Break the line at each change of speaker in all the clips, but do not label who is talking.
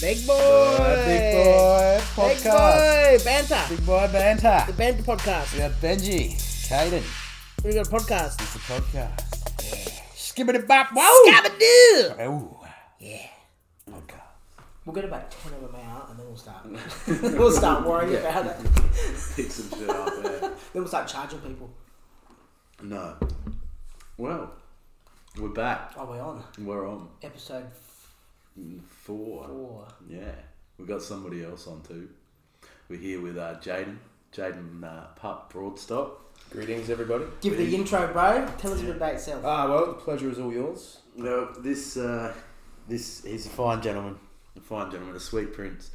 Big boy.
Uh, Big Boy
Big
Podcast.
boy. Banter.
Big Boy Banter.
The banter podcast.
We got Benji, Caden.
We got a podcast.
It's a podcast. Skibbity bop.
Scabadoo.
Ooh.
Yeah.
Podcast.
We'll get about ten of them out, and then we'll start. we'll start worrying about it. then
pick some shit up there.
we'll start charging people.
No. Well, we're back.
Are we on
We're on
episode
four.
four?
Yeah. We got somebody else on too. We're here with uh, Jaden. Jaden uh, Pup Broadstock.
Greetings, everybody.
Give the intro, bro. Tell us a bit about yourself.
Ah, well, the pleasure is all yours.
Well, this uh, this he's a fine gentleman, a fine gentleman, a sweet prince.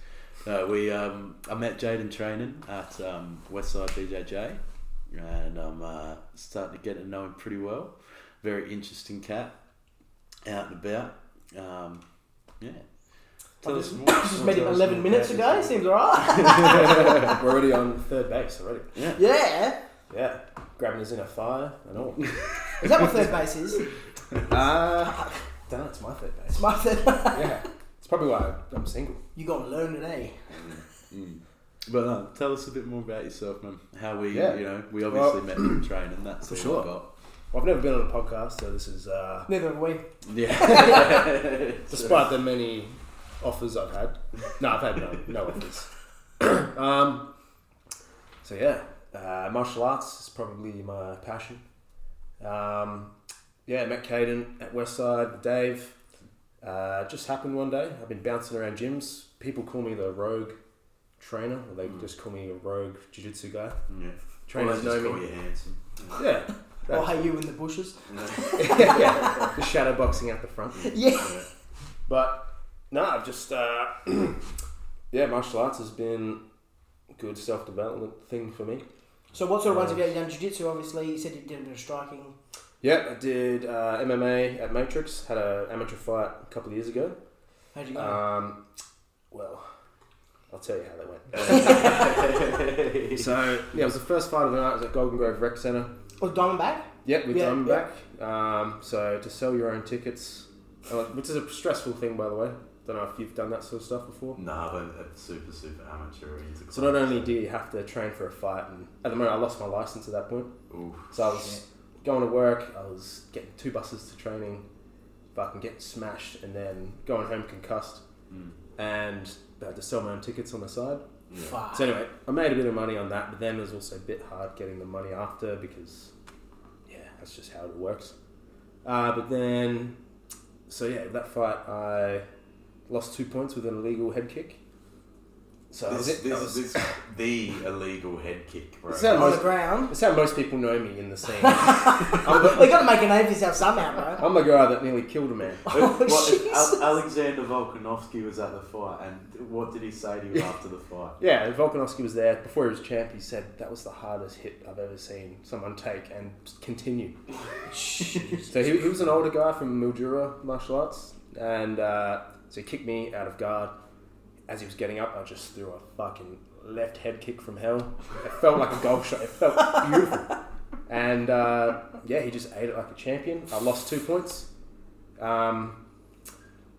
Uh, we um, I met Jaden training at um, Westside BJJ, and I'm uh, starting to get to know him pretty well. Very interesting cat, out and about. Um, yeah. Tell us more.
Just met him eleven minutes ago. Seems alright.
We're already on third base already.
Yeah.
yeah.
Yeah, grabbing his inner thigh and all.
Is that what third base is?
Ah, damn, it's my third base.
It's my third.
Yeah, it's probably why I'm single.
you gotta learn it, eh?
But uh, tell us a bit more about yourself, man. How we,
Yeah.
you know, we obviously
Well,
met him training. That's
for
all
sure.
I got.
Well, I've never been on a podcast, so this is, uh,
Neither have we.
Yeah.
despite the many offers I've had. No, I've had no, no offers. um, so yeah, uh, martial arts is probably my passion. Um, yeah, met Caden at Westside with Dave. Uh, just happened one day. I've been bouncing around gyms. People call me the rogue trainer, or they just call me a rogue jiu-jitsu guy.
yeah.
Trainers
Well, they just
know
call
me.
you handsome.
Yeah,
Or hey, you in the bushes?
yeah, the shadow boxing out the front.
Yeah.
But no, I've just uh, yeah, martial arts has been a good self development thing for me.
So what sort of ones have you done? Jiu-jitsu, obviously. You said you did a bit of striking.
Yeah, I did uh, MMA at Matrix. Had a amateur fight a couple of years ago.
How'd you go?
Um, well, I'll tell you how that went. so yeah, it was the first fight of the night. It was at Golden Grove Rec Centre.
Or Diamondback?
Yep, with
Yeah,
Diamondback. Um, so to sell your own tickets, uh, which is a stressful thing, by the way. Don't know if you've done that sort of stuff before.
No, but that's super, super amateur. He's a
So not only do you have to train for a fight, and at the moment I lost my license at that point.
Ooh.
So I was going to work, I was getting two buses to training, fucking getting smashed, and then going home concussed.
Mm.
And I had to sell my own tickets on the side.
Yeah.
Fuck.
So anyway, I made a bit of money on that, but then it was also a bit hard getting the money after because, yeah, that's just how it works. Uh, but then, so yeah, that fight I lost two points with an illegal head kick. So that was
This,
it. That
this,
was-
this, the illegal head kick, bro.
Is that-
on the ground.
It's how most people know me in the scene. I'm, the,
They gotta make a name for yourself somehow, bro.
I'm the guy that nearly killed a man.
What- what-
Jesus.
Al- Alexander Volkanovski was at the fight, and what did he say to you after the fight?
Yeah, Volkanovski was there before he was champ. He said that was the hardest hit I've ever seen someone take and continue. so he, he was an older guy from Mildura martial arts, and uh, so he kicked me out of guard. As he was getting up, I just threw a fucking left head kick from hell. It felt like a goal shot. It felt beautiful. And uh, yeah, he just ate it like a champion. I lost two points. Um,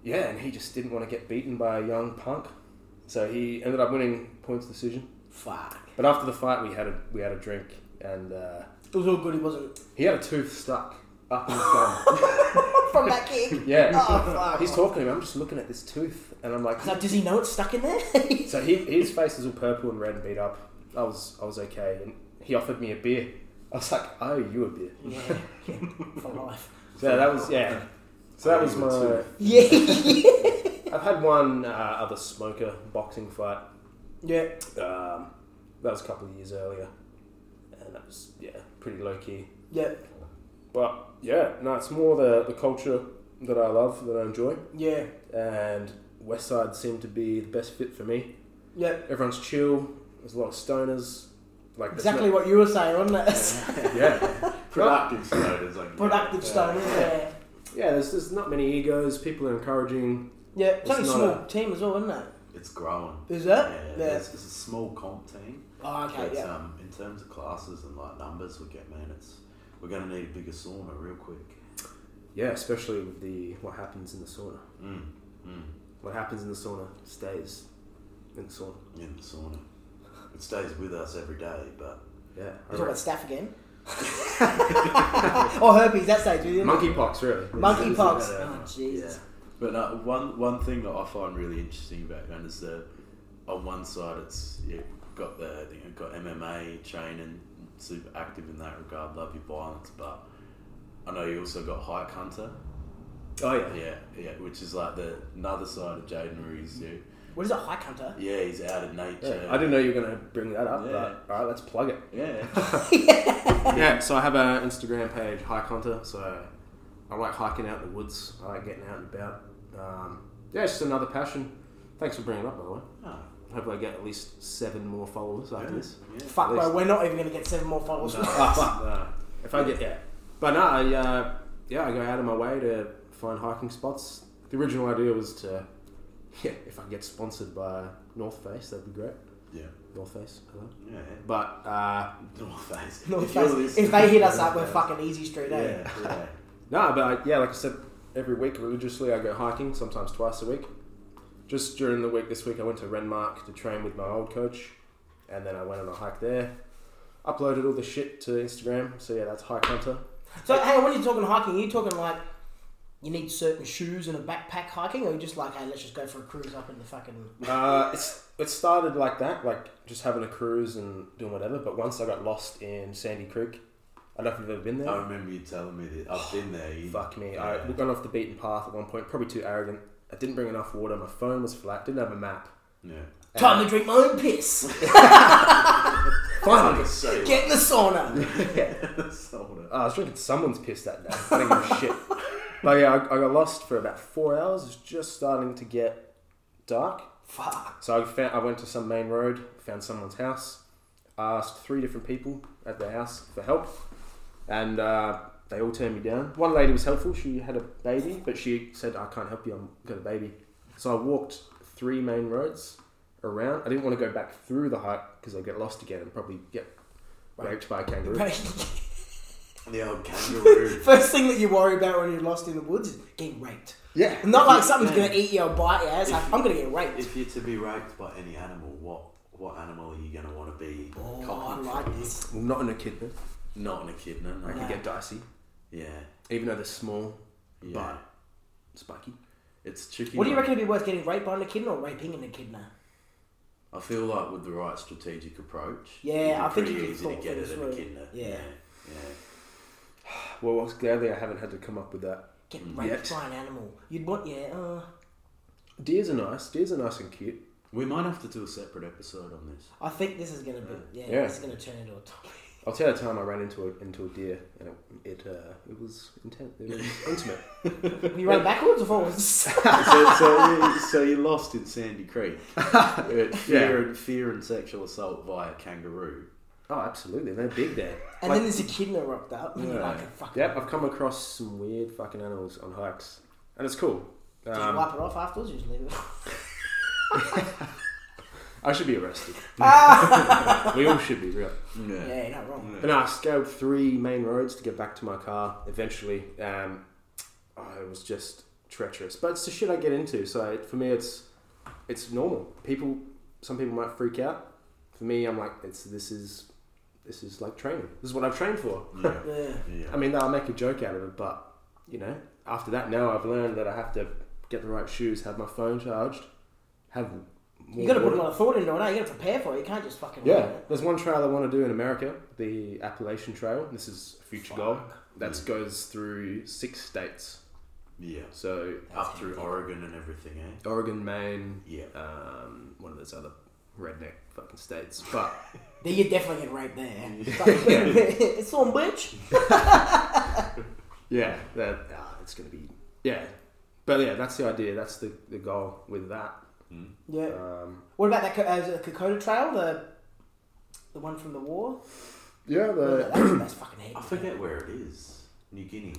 yeah, and he just didn't want to get beaten by a young punk. So he ended up winning points decision.
Fuck.
But after the fight, we had a we had a drink, and uh,
It was all good, it wasn't.
he had a tooth stuck up in his gum.
From that kick.
yeah,
Oh,
he's
fuck.
talking to me. I'm just looking at this tooth, and I'm like,
So does he know it's stuck in there?
so he, his face is all purple and red and beat up. I was I was okay, and he offered me a beer. I was like, I owe you a beer.
yeah. For life.
So that was yeah. So
Oh,
that was my.
Yeah.
I've had one uh, other smoker boxing fight.
yeah.
Um, that was a couple of years earlier, and that was yeah pretty low key.
Yeah.
But yeah, no, it's more the, the culture that I love, that I enjoy,
Yeah.
and Westside seemed to be the best fit for me.
Yeah.
Everyone's chill. There's a lot of stoners. Like there's
Exactly what you were saying, wasn't it?
no- yeah,
Productive stoners, I guess.
Productive stone, yeah.
yeah. There's there's not many egos. People are encouraging.
Yeah. It's only a
It's
small
not
team as well, isn't it?
It's growing.
Is it?
Yeah,
Yeah.
It's, it's a small comp team.
Oh, okay,
but,
yeah.
um, in terms of classes and like numbers we get, man, it's we're gonna need a bigger sauna real quick.
Yeah, especially with the what happens in the sauna.
Mm. Mm.
What happens in the sauna stays in the sauna.
in the sauna. It stays with us every day, but
Yeah.
We're talking about staff again. or herpes, that stage, really.
Monkeypox, really.
Monkeypox.
Yeah.
Oh, Jesus.
But uh, one one thing that I find really interesting about man is that on one side it's you've got the you've got MMA training, super active in that regard, love your violence, but I know you also got Hike Hunter,
Oh yeah.
yeah, yeah, which is like the another side of Jaden Marie's yeah,
What is a hike hunter?
yeah, he's out of nature,
Yeah. I didn't know you were going to bring that up, but all right, let's plug it.
yeah,
Yeah, so I have an Instagram page, Hike Hunter. So I like hiking out in the woods. I like getting out and about. Um, yeah, it's just another passion. Thanks for bringing it up, by the way.
Oh,
Hopefully, I get at least seven more followers after this.
yeah.
Fuck,
At
bro,
least-
we're not even going to get seven more followers. from
Ah, fuck, no. If I get yeah, but no, I, uh, yeah, I go out of my way to find hiking spots. The original idea was to yeah, if I can get sponsored by North Face, that'd be great.
yeah,
North Face, hello.
yeah,
But uh,
North Face,
North
you're
Face.
listening-
If they hit us up, we're
Yeah.
fucking easy street, eh?
yeah, yeah.
No, but I, yeah, like I said, every week religiously I go hiking, sometimes twice a week. Just during the week this week, I went to Renmark to train with my old coach, and then I went on a hike there. Uploaded all the shit to Instagram, so yeah, that's Hike Hunter.
So, hey, when you're talking hiking, are you talking like you need certain shoes and a backpack hiking, or you just like, hey, let's just go for a cruise up in the fucking.
Uh, it's it started like that, like just having a cruise and doing whatever. But once I got lost in Sandy Creek, I don't know if you've ever been there.
I remember you telling me that I've been there. You,
Fuck me.
Yeah.
I we gone off the beaten path at one point, probably too arrogant. I didn't bring enough water. My phone was flat. Didn't have a map.
yeah.
Uh,
Time to drink my own piss.
Finally,
So,
Get in the sauna.
so
I was drinking someone's piss that day. I didn't give a shit. But yeah, I, I got lost for about four hours. It's just starting to get dark.
Fuck.
So I, found, I went to some main road, found someone's house, asked three different people at the house for help, and uh, they all turned me down. One lady was helpful. She had a baby, but she said, I can't help you. I've got a baby. So I walked three main roads around. I didn't want to go back through the hike because I'd get lost again and probably get raped by a kangaroo.
the old kangaroo.
First thing that you worry about when you're lost in the woods is getting raped.
Yeah.
Not like something's gonna eat you or bite you. It's like I'm gonna get raped.
if you're to be raped by any animal, what what animal are you going to want to be?
Oh, I
copied
like
from?
this.
Well, not an echidna.
Not an echidna. No.
It could get dicey,
Yeah,
even though they're small,
yeah.
but spiky.
it's tricky.
What do you
one.
reckon would be worth getting raped by an echidna or raping an echidna?
I feel like with the right strategic approach,
Yeah,
it'd be
I think
pretty
you could
easy to
sort
get
things
at an
through.
echidna.
Yeah.
yeah,
Well, gladly I haven't had to come up with that.
Get raped
Yet.
by an animal. You'd want yeah. Uh,
Deers are nice. Deers are nice and cute.
We might have to do a separate episode on this.
I think this is gonna
Mm.
be yeah.
Yeah.
This is gonna turn into a topic.
I'll tell you the time I ran into a into a deer, and it it, uh, it was intense. It was intimate.
Were you running backwards or forwards?
so, so, you, so you lost in Sandy Creek. Uh, fear, and, fear and sexual assault via kangaroo.
Oh, absolutely. They're big there.
And
Like-
then there's echidna rocked up. And you're
Yeah.
like, fuck.
Yep, I've come across some weird fucking animals on hikes, and it's cool.
Did you
Um,
wipe it off afterwards? You just leave it.
I should be arrested. we all should be real.
yeah, you're not wrong.
But no, I scaled three main roads to get back to my car. Eventually, um, oh, it was just treacherous. But it's the shit I get into. So it- for me, it's it's normal. People, some people might freak out. For me, I'm like, it's this is this is like training. This is what I've trained for.
yeah,
Yeah.
yeah.
I mean, I'll make a joke out of it, but you know, after that, now I've learned that I have to get the right shoes, have my phone charged, have. More
You gotta put
water.
a lot of thought into it, eh? you gotta prepare for it. You can't just fucking
Yeah, there's one trail I want to do in America, the Appalachian Trail. This is a future goal. That goes through six states.
yeah.
So
Up through Oregon and everything, eh?
Oregon, Maine,
Yeah.
um, one of those other redneck fucking states. But
Then you definitely get raped there. It's like, it's on bitch.
yeah, that ah, it's gonna be yeah. But yeah, that's the idea. That's the, the goal with that.
Yeah.
Um,
What about that co- uh, the Kokoda Trail, the the one from the war?
yeah,
Yeah,
the,
that's, that's fucking
I
heaps.
forget where it is. New Guinea.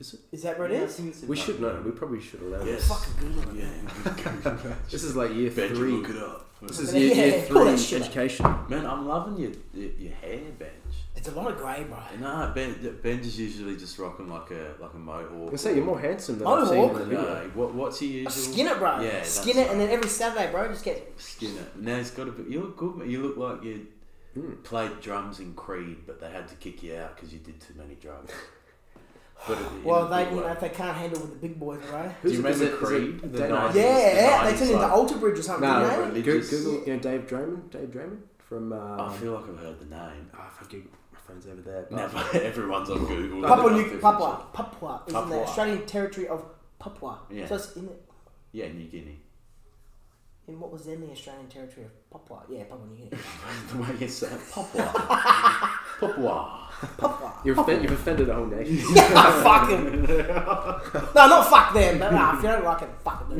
Is that where it is?
we should know. We probably should have learned.
Yes.
Fucking Google it.
Yeah.
This is like year
ben,
three.
look it up.
This is
Yeah,
year, year
pull that
three
shit up.
education.
Man, I'm loving your your, your hair, Benj.
It's a lot of grey, bro.
Nah, Ben Ben's is usually just rocking like a like a mohawk.
I say you're more handsome than
Oh,
I've seen in
look.
the video.
No, what, what's he usual?
Skin it, bro.
Yeah, that's
skin it, and
right.
then every Saturday, bro, just get
skin it. Now he's got a bit. You look good. mate. You look like you
Hmm.
played drums in Creed, but they had to kick you out because you did too many drugs. But it- in
Well,
a
they
good
you
way.
know if they can't handle with the big boys, right?
Do you
Who's it- is
remember
it- is it
Creed? The
Dave-
90s,
Yeah,
the
they
90s,
turned into
like-
Alter Bridge or something,
Nah,
didn't they?
Go-
religious-
Google, you know, Dave Draymond? Dave Draymond? From, uh,
um,
I feel like I've heard the name.
Ah, fuck you. My phone's over there. but-
Never. Everyone's on Google.
Papua
They're
New
not
Papua. Papua is in the
Papua.
Australian territory of Papua.
Yeah.
So it's in,
official. Yeah, New Guinea.
in what was then the Australian territory of Papua. Yeah, Papua New Guinea.
the way you said it. Papua. Papua.
Papua.
You've, Oh, offend, you've offended a whole nation.
Ah, fuck them. no, not fuck them. But nah, if you don't like it, fuck them.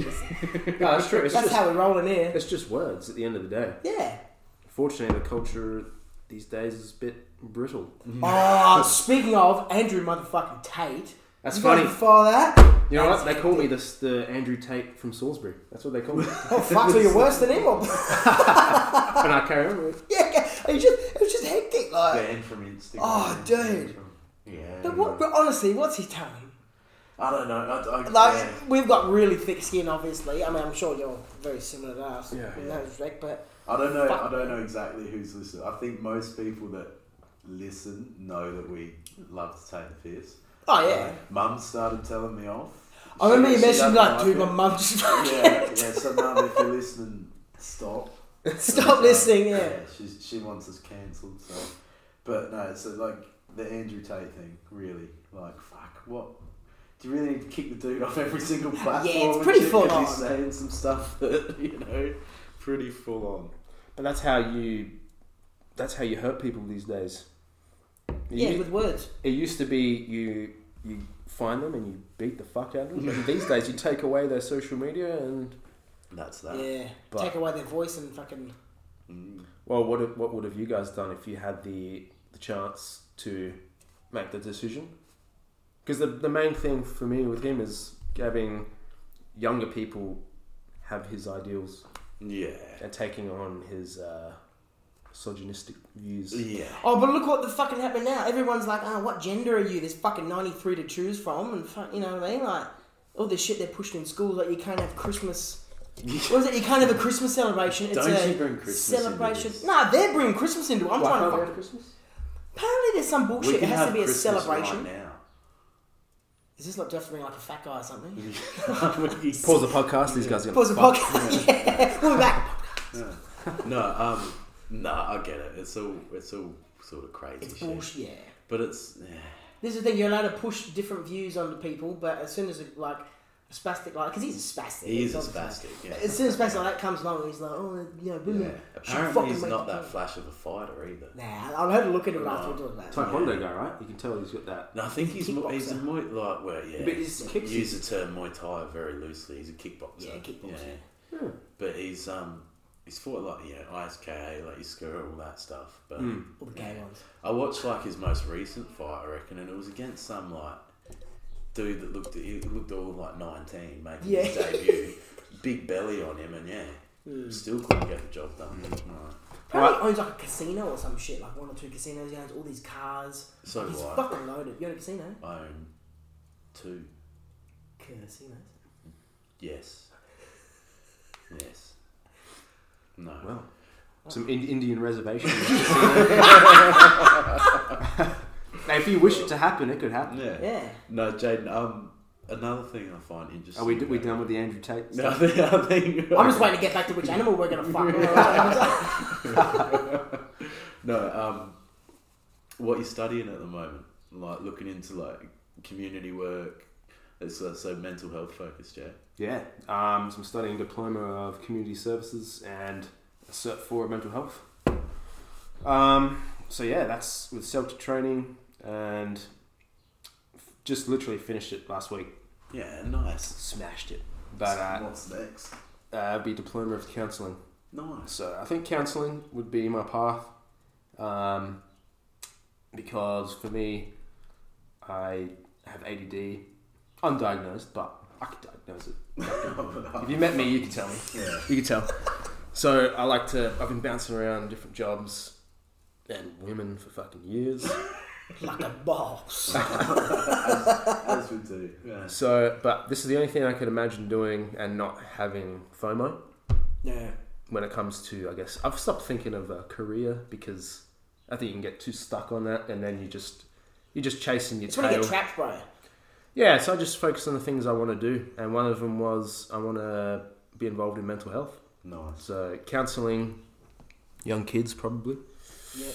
no, it's true. It's
That's
just,
how we're rolling here.
it's just words at the end of the day.
Yeah.
Fortunately, the culture these days is a bit brittle.
Oh, speaking of Andrew motherfucking Tate.
That's
you
funny.
guys Follow that.
You know
That's
what? They call me the, the Andrew Tate from Salisbury. That's what they call me.
Oh fuck! So you're worse than him, or
and I carry on with it.
yeah? It was just, it was just hectic. Like,
Banned from Instagram.
Uh, Oh, dude.
Yeah.
But what? But honestly, what's he telling?
I don't know. I, I,
Like
yeah.
we've got really thick skin, obviously. I mean, I'm sure you're very similar to us
Yeah,
in
yeah.
that respect. But
I don't know.
Fuck.
I don't know exactly who's listening. I think most people that listen know that we love to take the piss.
oh yeah,
Uh, Mum started telling me off.
I remember you
She- she
mentioned
doesn't
like, dude,
it.
my mum just
Yeah, yeah. So Mum, if you're listening, stop.
stop listening. Yeah.
she's, she wants us cancelled. So, but no, so like the Andrew Tate thing, really, like fuck, what? Do you really need to kick the dude off every single platform?
it's
and
pretty
shit?
full
'Cause He's
on.
saying some stuff that you know, pretty full on.
But that's how you. That's how you hurt people these days. It,
yeah,
u-
with words.
it used to be you you find them and you beat the fuck out of them. But these days you take away their social media and
That's that.
yeah,
but-
take away their voice and fucking.
Mm.
well, what have- what would have you guys done if you had the the chance to make the decision? Because the the main thing for me with him is having younger people have his ideals
Yeah.
and taking on his uh, misogynistic views.
Yeah.
Oh, but look what the fucking happened now. Everyone's like, oh, what gender are you? There's fucking 93 to choose from, and fuck, you know what I mean? Like, all this shit they're pushed in schools, like, you can't have Christmas. What is it? You can't have a Christmas celebration. It's
Don't
a
you bring Christmas into
celebration.
this.
Nah, they're bringing Christmas into it. I'm
Why
trying to
can't we
fuck.
have Christmas?
Apparently, there's some bullshit. Oh, It has to be a
Christmas
celebration.
right now.
Is this not just being like a fat guy or something?
Pause the podcast. These guys are
Pause
gonna
the
fuck.
podcast. Yeah, we'll be back.
no, um, no, I get it. It's all, it's all sort of crazy
It's
shit.
bullshit. Yeah.
But it's, yeah.
This is the thing. You're allowed to push different views onto people, but as soon as like a spastic, like because he's a spastic.
he is a
he's obviously-
spastic. Yeah.
As soon as Spencer like comes along, he's like, oh, you know,
yeah.
boom.
Apparently, he's not that flash of a fighter either.
Nah, I'll have a look at him after we do that.
Taekwondo guy, right? You can tell he's got that.
No, I think he's mo- he's a
Kickboxer.
Muay like well yeah.
But his kicks
use the term Muay Thai very loosely. He's a kickboxer.
Yeah, kickboxer. Hmm.
Yeah. But he's um he's fought like you know ISKA, like his all that stuff. But
mm.
All the gay ones.
I watched like his most recent fight, I reckon, and it was against some like dude that looked he looked all like nineteen making his
Yeah. Mm.
debut, big belly on him, and yeah, still couldn't get the job done.
Mm.
Right.
Probably owns like a casino or some shit, like one or two casinos. He owns all these cars.
So
he's
do I.
fucking loaded. You own a casino?
I own two.
Casinos.
Yes. Yes. No.
Well, some in- Indian reservation. now, if you wish it to happen, it could happen.
Yeah.
Yeah.
No, Jaden. Um, another thing I find interesting.
Are we we
about-
done with the Andrew Tate?
No, I
Stuff?
think. I think
I'm just waiting to get back to which animal we're gonna fuck.
No. Um, what you're studying at the moment, like looking into like community work, it's uh, so mental health focused, yeah.
Yeah. Um, so I'm studying diploma of community services and a cert for mental health. Um, so yeah, that's with shelter training and f- just literally finished it last week.
Yeah, nice.
Smashed it. But uh,
what's next?
uh, it'd be diploma of counselling.
Nice.
So I think counselling would be my path, um, because for me, I have ADD, undiagnosed, but I could diagnose it. if you met me, you could tell me.
Yeah.
You could tell. So I like to. I've been bouncing around different jobs, and women for fucking years.
Like a boss.
As we do. Yeah.
so, but this is the only thing I could imagine doing and not having FOMO
yeah.
when it comes to, I guess, I've stopped thinking of a career because I think you can get too stuck on that and then you just, you're just chasing your
It's when you
tail.
get trapped, bro.
yeah, so I just focus on the things I want to do. And one of them was I want to be involved in mental health.
Nice.
So, counseling young kids probably
Yeah.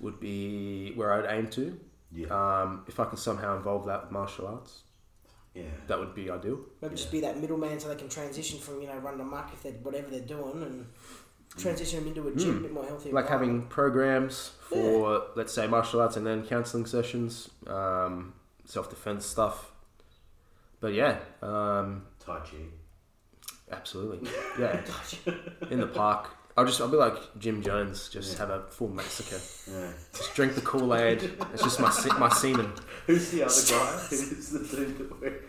would be where I'd aim to.
Yeah.
Um, if I could somehow involve that with martial arts,
yeah.
that would be ideal.
Maybe just be that middleman so they can transition from, you know, running amok if they whatever they're doing and transition them into a
Hmm.
gym, a bit more healthy.
like
environment.
having programs for let's say martial arts and then counseling sessions um, self-defense stuff but yeah um,
Tai Chi.
absolutely yeah in the park i'll just i'll be like jim jones just have a full massacre
Yeah.
just drink the kool-aid it's just my se- my semen
Who's the other guy? Who's the dude that we're.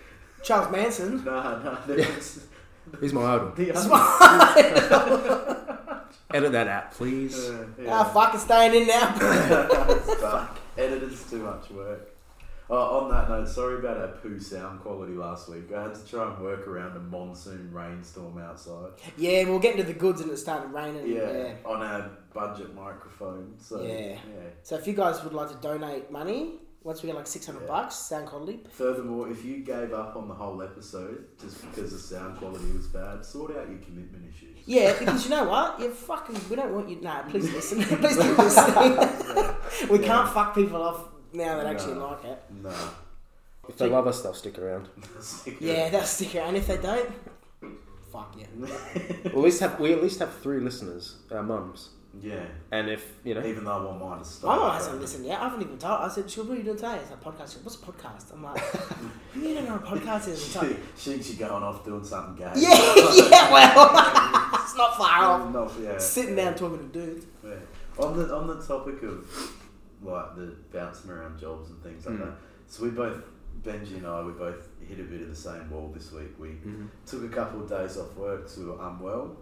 Charles Manson.
Nah, nah, there was
he's my idol
the other
edit that out please
Uh,
Ah, fuck, it's staying in now.
Fuck. Editing's too much work. Oh, on that note, sorry about our poo sound quality last week. I had to try and work around a monsoon rainstorm outside.
yeah, we'll get into the goods and it started raining.
Yeah,
yeah.
on our budget microphone. So
Yeah.
yeah.
So if you guys would like to donate money, once we get like six hundred
Yeah.
bucks, sound quality.
Furthermore, if you gave up on the whole episode just because the sound quality was bad, sort out your commitment issues.
Yeah, because you know what? You fucking we don't want you. Nah, please listen. please keep listening. we can't fuck people off now that actually
No.
like it.
No.
if they love us they'll stick around
Yeah, that's sticker. And if they don't, fuck you.
we at least have we at least have three listeners our mums
Yeah.
and if you know
Even though I want mine to stop.
My mum hasn't listened yet. I haven't even told. her. I said, "Sure, what are you doing today?" It's a podcast. She goes, What's a podcast? I'm like, you don't know what a podcast is. It's like,
She, she, she going off doing something gay.
yeah, yeah. Well, it's not far off.
Not- yeah.
Sitting down talking to dudes.
Yeah. On the on the topic of like the bouncing around jobs and things like
Hmm.
Mm.
that. So we both Benji and I we both hit a bit of the same wall this week. We took a couple of days off work 'cause we were unwell,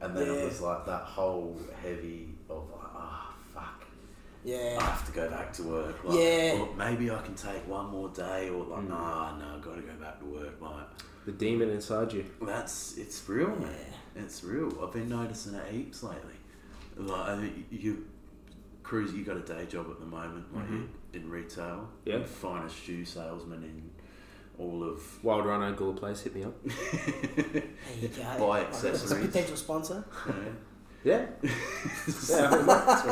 and then
Yeah.
it was like that whole heavy of like ah fuck. I
Yeah.
have to go back to work. Like,
Yeah. Hmm.
Well, maybe I can take one more day, or like, nah, no, got to go back to work. Like,
the demon inside you
that's it's real, man. It's real. I've been noticing it heaps lately. Like I mean, you, cruise. You got a day job at the moment, like you in retail.
Mm-hmm. Yeah.
You're finest shoe salesman in all of
wild rhino gore place hit me up
There you go.
Buy
Like, It's a
accessories.
potential sponsor.
you know,
yeah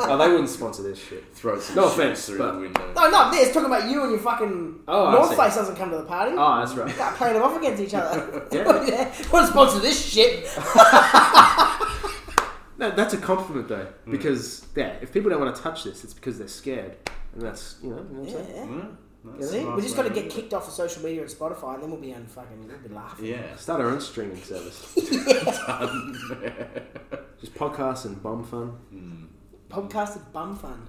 Oh, they wouldn't sponsor this shit.
throw some
No
shoes
offense,
through
but-
the window.
No, not this. Talking about you and your fucking
Oh, I
North
see.
Face doesn't come to the party.
Oh, that's right.
Start playing them off against each other.
Yeah.
yeah. Want to sponsor this shit?
No, that's a compliment though, because yeah, if people don't want to touch this, it's because they're scared, and that's you know, you know what I'm
Yeah.
saying.
Yeah, that's
See,
a
Mm,
we
nice
just got to
way
get
of-
kicked off of social media and Spotify, and then we'll be on fucking. We'll be laughing.
Yeah.
Start our own streaming service. Just podcasts and bomb fun.
Podcast is bum fun.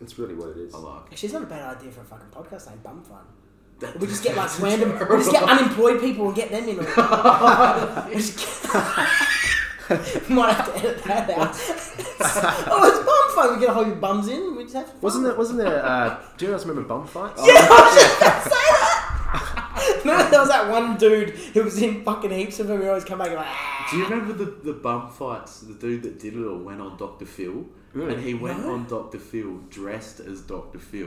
That's really what it is.
I like.
Actually, it's not a bad idea for a fucking podcast named Bum Fun.
That-
We just get like random. We just get unemployed people and get them in. on it. We just get- Might have to edit that out. oh, it's bum fun. We get a whole heap of bums in. We just have.
Wasn't there? Wasn't there? Uh, do you guys remember bomb fights?
Remember there was that one dude who was in fucking heaps of them. He always come back and like, ah.
Do you remember the, the bum fights? The dude that did it all went on Dr. Phil. And he went on Dr. Phil dressed as Dr. Phil.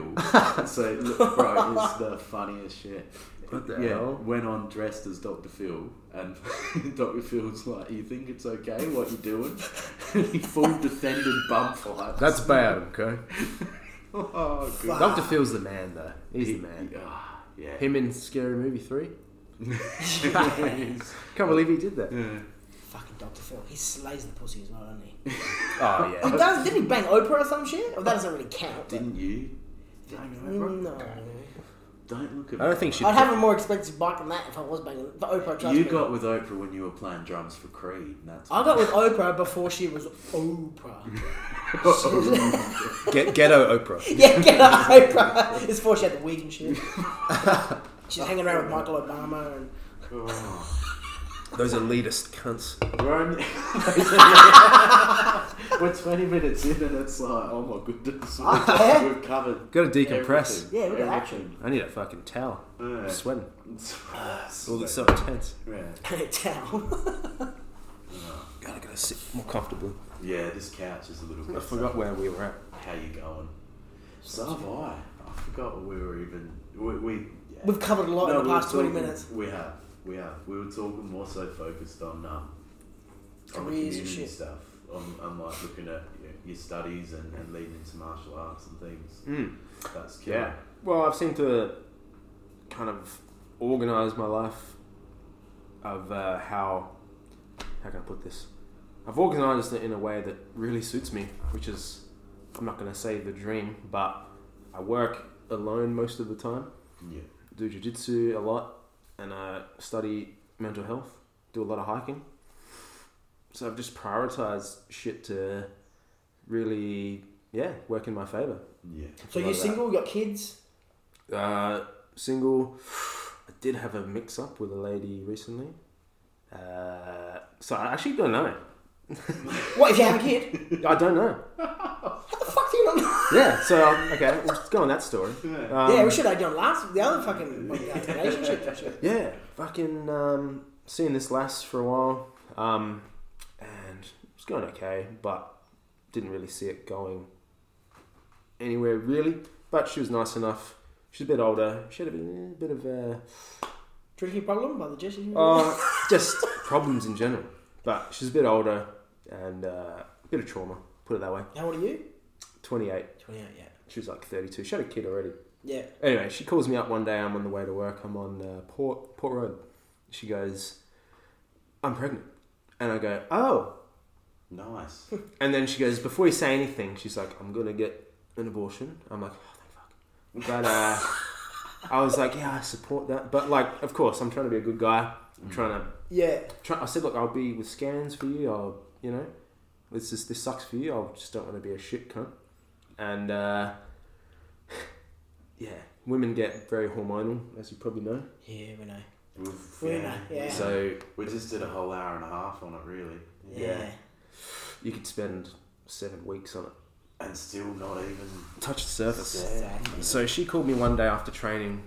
so, look, bro, it's the funniest shit.
What the
yeah,
hell?
went on dressed as Dr. Phil. And Dr. Phil's like, You think it's okay what you're doing? And he full defended bum fights.
Oh, That's bad. Okay.
oh,
"Ah,
good.
Doctor Phil's the man though. He's the man.
Ah, yeah.
Him in Scary Movie Three.
He's-
Can't believe he did that.
Fucking Dr. Phil. He slays the pussy as well, doesn't he?
Oh
He
yeah.
does, didn't he bang Oprah or some shit? Well, that doesn't really count. Mm,
Didn't you? Don't remember.
No.
Don't look at
I don't think she.
I'd have a more expensive bike than that if I was banging for Oprah. Trust
You
me.
got with Oprah when you were playing drums for Creed. And that's
I got with Oprah before she was Oprah.
Get, ghetto Oprah.
yeah, get her Oprah. It's before she had the wig and shit. She's hanging around with Michael Obama and
Those elitist cunts.
We're only, we're 20 minutes in and it's like, oh my goodness.
Ah, Yeah.
We've covered.
Gotta decompress.
Yeah, we
everything.
got action.
I need a fucking towel. I'm
Yeah.
sweating.
It's-
All this so intense.
yeah.
Towel.
Gotta get a sit more comfortably.
Yeah, this couch is a little bit.
I forgot where we were at.
How you going? So have I. I forgot we were even. We. we yeah.
We've covered a lot in the
we were
past 20
talking-
minutes.
We have. We have. We were talking more so focused on um, on the
Careers and
community
shit.
stuff. On, on like looking at you know, your studies and, and leading into martial arts and things.
Mm.
That's cool.
Yeah. Well, I've seemed to kind of organize my life of uh, how how can I put this? I've organized it in a way that really suits me, which is I'm not going to say the dream, but I work alone most of the time,
Yeah.
do jujitsu a lot, and I study mental health, do a lot of hiking. So I've just prioritized shit to really, yeah, work in my favor.
Yeah.
So you're
Like that.
single, you got kids.
Uh, single. I did have a mix up with a lady recently. Uh, so I actually don't know.
What if you have a kid?
I don't know.
How the fuck do you not know?
Yeah. So okay, let's go on that story. Um,
yeah, we should have done last the other fucking podcast, relationship and shit.
yeah, fucking um, seeing this last for a while, um, and it was going okay, but didn't really see it going anywhere really. But she was nice enough. She's a bit older. She had a bit, bit of uh, a
Drinking problem by the Jesse.
Uh, just problems in general. But she's a bit older and uh, a bit of trauma, put it that way.
How old are you?
28.
28, yeah.
She was like 32. She had a kid already.
Yeah.
Anyway, she calls me up one day. I'm on the way to work. I'm on uh, Port, Port Road. She goes, I'm pregnant. And I go, oh.
Nice.
And then she goes, before you say anything, she's like, I'm going to get an abortion. I'm like, oh, thank fuck. But uh, I was like, yeah, I support that. But like, of course, I'm trying to be a good guy. I'm trying to
Yeah.
try, I said, look, I'll be with scans for you. I'll, you know, this is this sucks for you. I just don't want to be a shit cunt. And uh, yeah, women get very hormonal, as you probably know.
Yeah, we know.
We've-
We know, yeah.
So
We just did a whole hour and a half on it, really.
Yeah.
you could spend seven weeks on it,
And still not even.
touch the surface.
Exactly.
So she called me one day after training,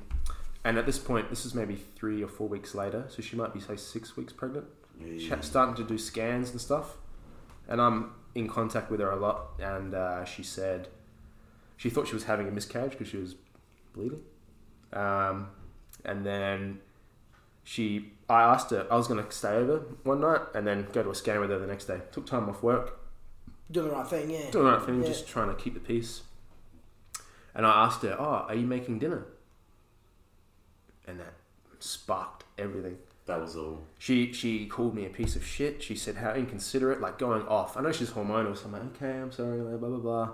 and at this point, this is maybe three or four weeks later. So she might be say six weeks pregnant. She
Yeah.
had- starting to do scans and stuff, and I'm in contact with her a lot. And uh, she said she thought she was having a miscarriage because she was bleeding. Um, and then she, I asked her, I was going to stay over one night and then go to a scan with her the next day. Took time off work,
Doing the right thing, yeah.
doing the right thing,
Yeah.
just trying to keep the peace. And I asked her, "Oh, are you making dinner?" And that sparked everything.
That was all.
She she called me a piece of shit. She said how inconsiderate, like going off. I know she's hormonal, so I'm like, okay, I'm sorry, blah blah blah.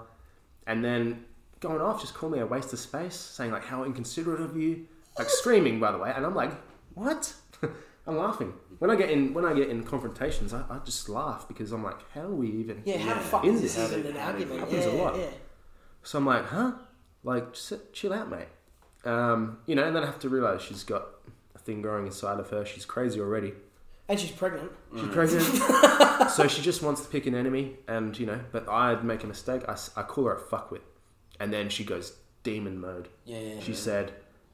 And then going off, just called me a waste of space, saying like how inconsiderate of you, like screaming by the way. And I'm like, what? I'm laughing when I get in when I get in confrontations. I, I just laugh because I'm like, how are we even?
Yeah, how the
Yeah.
fuck
In
is this
this-
even an
How did-
argument?
happens
Yeah,
a lot.
yeah.
So I'm like, huh? Like, sit, chill out, mate. Um, you know, and then I have to realize she's got a thing growing inside of her. She's crazy already.
And she's pregnant.
She's pregnant. so she just wants to pick an enemy, and you know, but I'd make a mistake. I, s- I call her a fuckwit, and then she goes demon mode.
Yeah, yeah,
She said,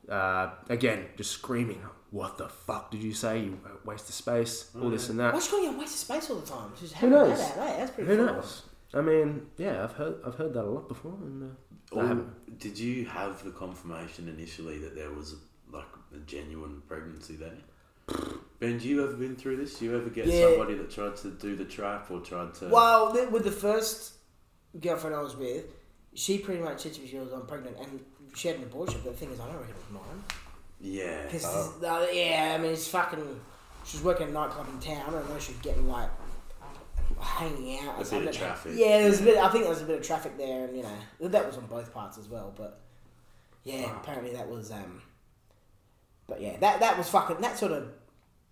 uh, again, just screaming, "What the fuck did you say? You waste of space, all this and
Why
that."
she calling you a waste of space all the time? She's
Uh, Who
having that
knows?
out, eh? That's pretty
Who
cool.
knows? I mean, yeah, I've heard I've heard that a lot before, and uh, I
Or
haven't.
did you have the confirmation initially that there was like a genuine pregnancy there? Ben, do you ever been through this? Do you ever get
Yeah.
somebody that tried to do the trap or tried to?
Well, th- with the first girlfriend I was with, she pretty much said to me she was I'm pregnant and she had an abortion. But the thing is, I don't reckon it was mine.
Yeah.
Because
Oh.
yeah, I mean, it's fucking. She's working a nightclub in town, and I know she's getting like hanging out.
A bit of traffic.
Yeah, there's a bit. I think there was a bit of traffic there, and you know that was on both parts as well. But yeah, apparently that was. um But yeah, that that was fucking. That sort of.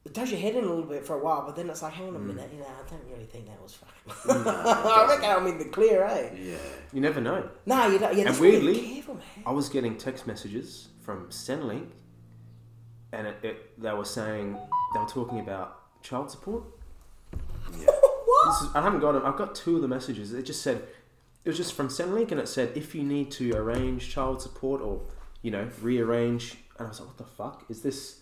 It does your head in a little bit for a while, but then it's like, hang on
Hmm.
a minute, you know, I don't really think that was fucking. I reckon I'm in the clear, eh?
Yeah.
You never know.
No, you don't. Yeah, that's
weirdly-
really careful, man.
I was getting text messages from Centrelink, and it, it, they were saying they were talking about child support.
Yeah.
what?
last, I haven't got them. I've got two of the messages. It just said, it was just from Centrelink, and it said, if you need to arrange child support or, you know, rearrange. And I was like, what the fuck is this?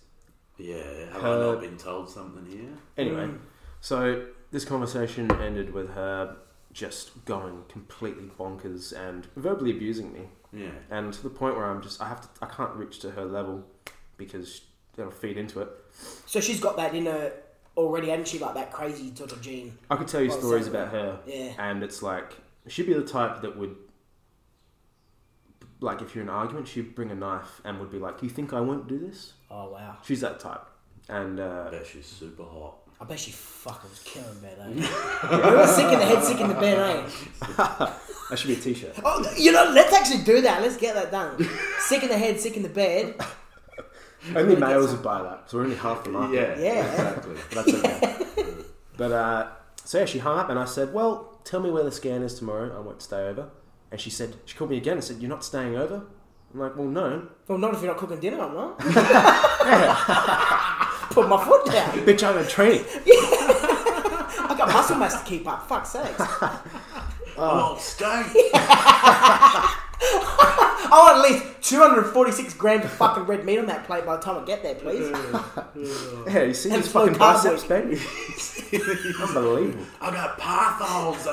Yeah, have I
Her-
not been told something here?
Anyway,
Mm.
so this conversation ended with her just going completely bonkers and verbally abusing me,
Yeah.
and to the point where I'm just, I have to, I can't reach to her level because it'll feed into it.
So she's got that in her already, hasn't she? Like that crazy sort of gene.
I could tell you
Well,
stories
exactly.
about her
Yeah.
and it's like she'd be the type that would like if you're in an argument she'd bring a knife and would be like you think i won't do this
Oh wow.
she's that type and
I
uh,
bet she's super hot.
I bet she fucking was killing bed, eh? we were sick in the head, sick in the bed, eh?
that should be a t-shirt
Oh, you know, let's actually do that. Let's get that done. sick in the head, sick in the bed.
only males would buy that so we're only half the market
Yeah,
Yeah.
exactly.
but that's okay but uh, so yeah she hung up and i said well tell me where the scan is tomorrow i won't stay over and she said she called me again and said you're not staying over i'm like well no
Well, not if you're not cooking dinner, I'm not. Put my foot down.
bitch i'm in training
I got muscle mass to keep up. Fuck's sakes.
Oh, stay.
I want at least 246 grams of fucking red meat on that plate by the time I get there, please.
yeah you see
And
these
it's low
fucking
carb
biceps baby unbelievable
I got pythons.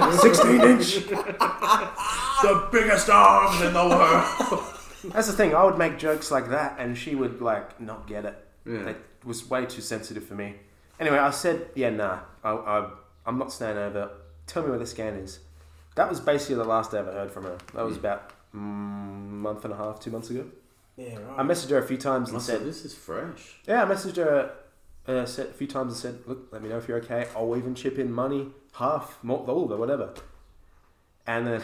under me.
16 inch
the biggest arms in the world.
That's the thing. I would make jokes like that, and she would like not get it.
Yeah.
That was way too sensitive for me. Anyway, I said, "Yeah, nah, I, I, I'm not staying over. Tell me where the scan is." That was basically the last I ever heard from her. That was about mm, month and a half, two months ago.
Yeah,
I
right.
messaged her a few times
I
and
said,
said,
this is fresh.
"Yeah, I messaged her uh, said- a few times and said, look, let me know if you're okay. I'll even chip in money, half, more, all of it, whatever.'" And then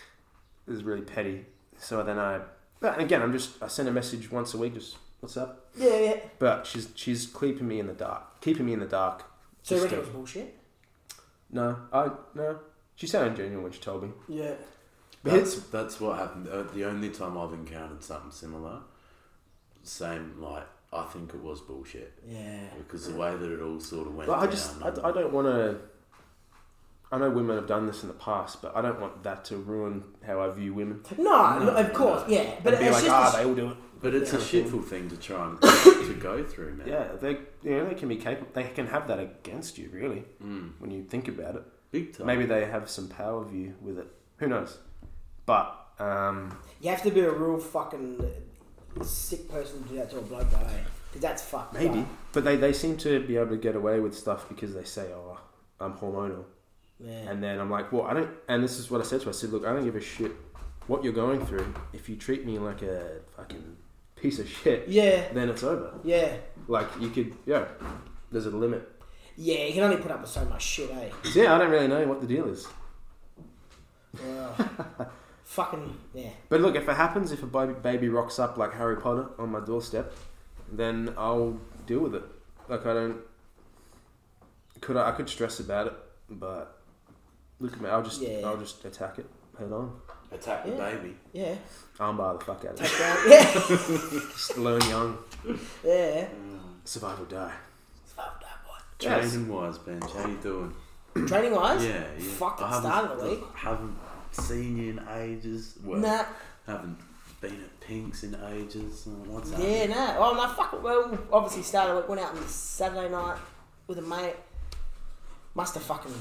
this is really petty. So then I, but again, I'm just I send a message once a week, just what's up.
Yeah, yeah.
But she's she's keeping me in the dark, keeping me in the dark.
So you
Just
reckon it
to-
was bullshit?
no, I no. She sounded genuine when she told me.
Yeah.
But
That's, that's what happened. Uh, the only time I've encountered something similar, same, like, I think it was bullshit.
Yeah.
Because the way that it all sort of went
But I
down,
just I,
I'm-
I don't want to. I know women have done this in the past, but I don't want that to ruin how I view women.
No, no, of course, yeah. But
But be
it's
like,
just.
ah, they all do it.
But it's a
Yeah.
shitful thing to try and to go through, man.
Yeah, they you know they can be capable. They can have that against you, really, when you think about it.
Big time.
Maybe they have some power view with it. Who knows? But um,
You have to be a real fucking sick person to do that to a bloke, though, eh? Because that's fucked.
maybe.
up.
But they, they seem to be able to get away with stuff because they say, oh, I'm hormonal.
Yeah.
And then I'm like, well, I don't. And this is what I said to her. I said, look, I don't give a shit what you're going through. If you treat me like a fucking piece of shit,
Yeah.
then it's over.
Yeah.
Like, you could, yeah, there's a limit.
Yeah, you can only put up with so much shit, eh?
So, yeah, I don't really know what the deal is.
Wow. fucking, yeah.
But look, if it happens, if a baby, baby rocks up like Harry Potter on my doorstep, then I'll deal with it. Like I don't. Could I? I could stress about it, but look at me. I'll just.
Yeah.
I'll just attack it head on.
Attack the
Yeah.
baby.
Yeah.
Armbar the fuck out of it.
yeah.
Stallone Young,
Yeah.
survive or die.
Fucked up, boy.
Yes.
Training wise, Benj, how you doing?
Training wise?
Yeah, yeah.
Fucking
I haven't-
start of the week.
Haven't seen you in ages. Well,
Nah.
haven't been at Pink's in ages. Uh, What's
Yeah,
happening?
no. Oh, no, fuck. Well, obviously, started work, went out on Saturday night with a mate. Must have fucking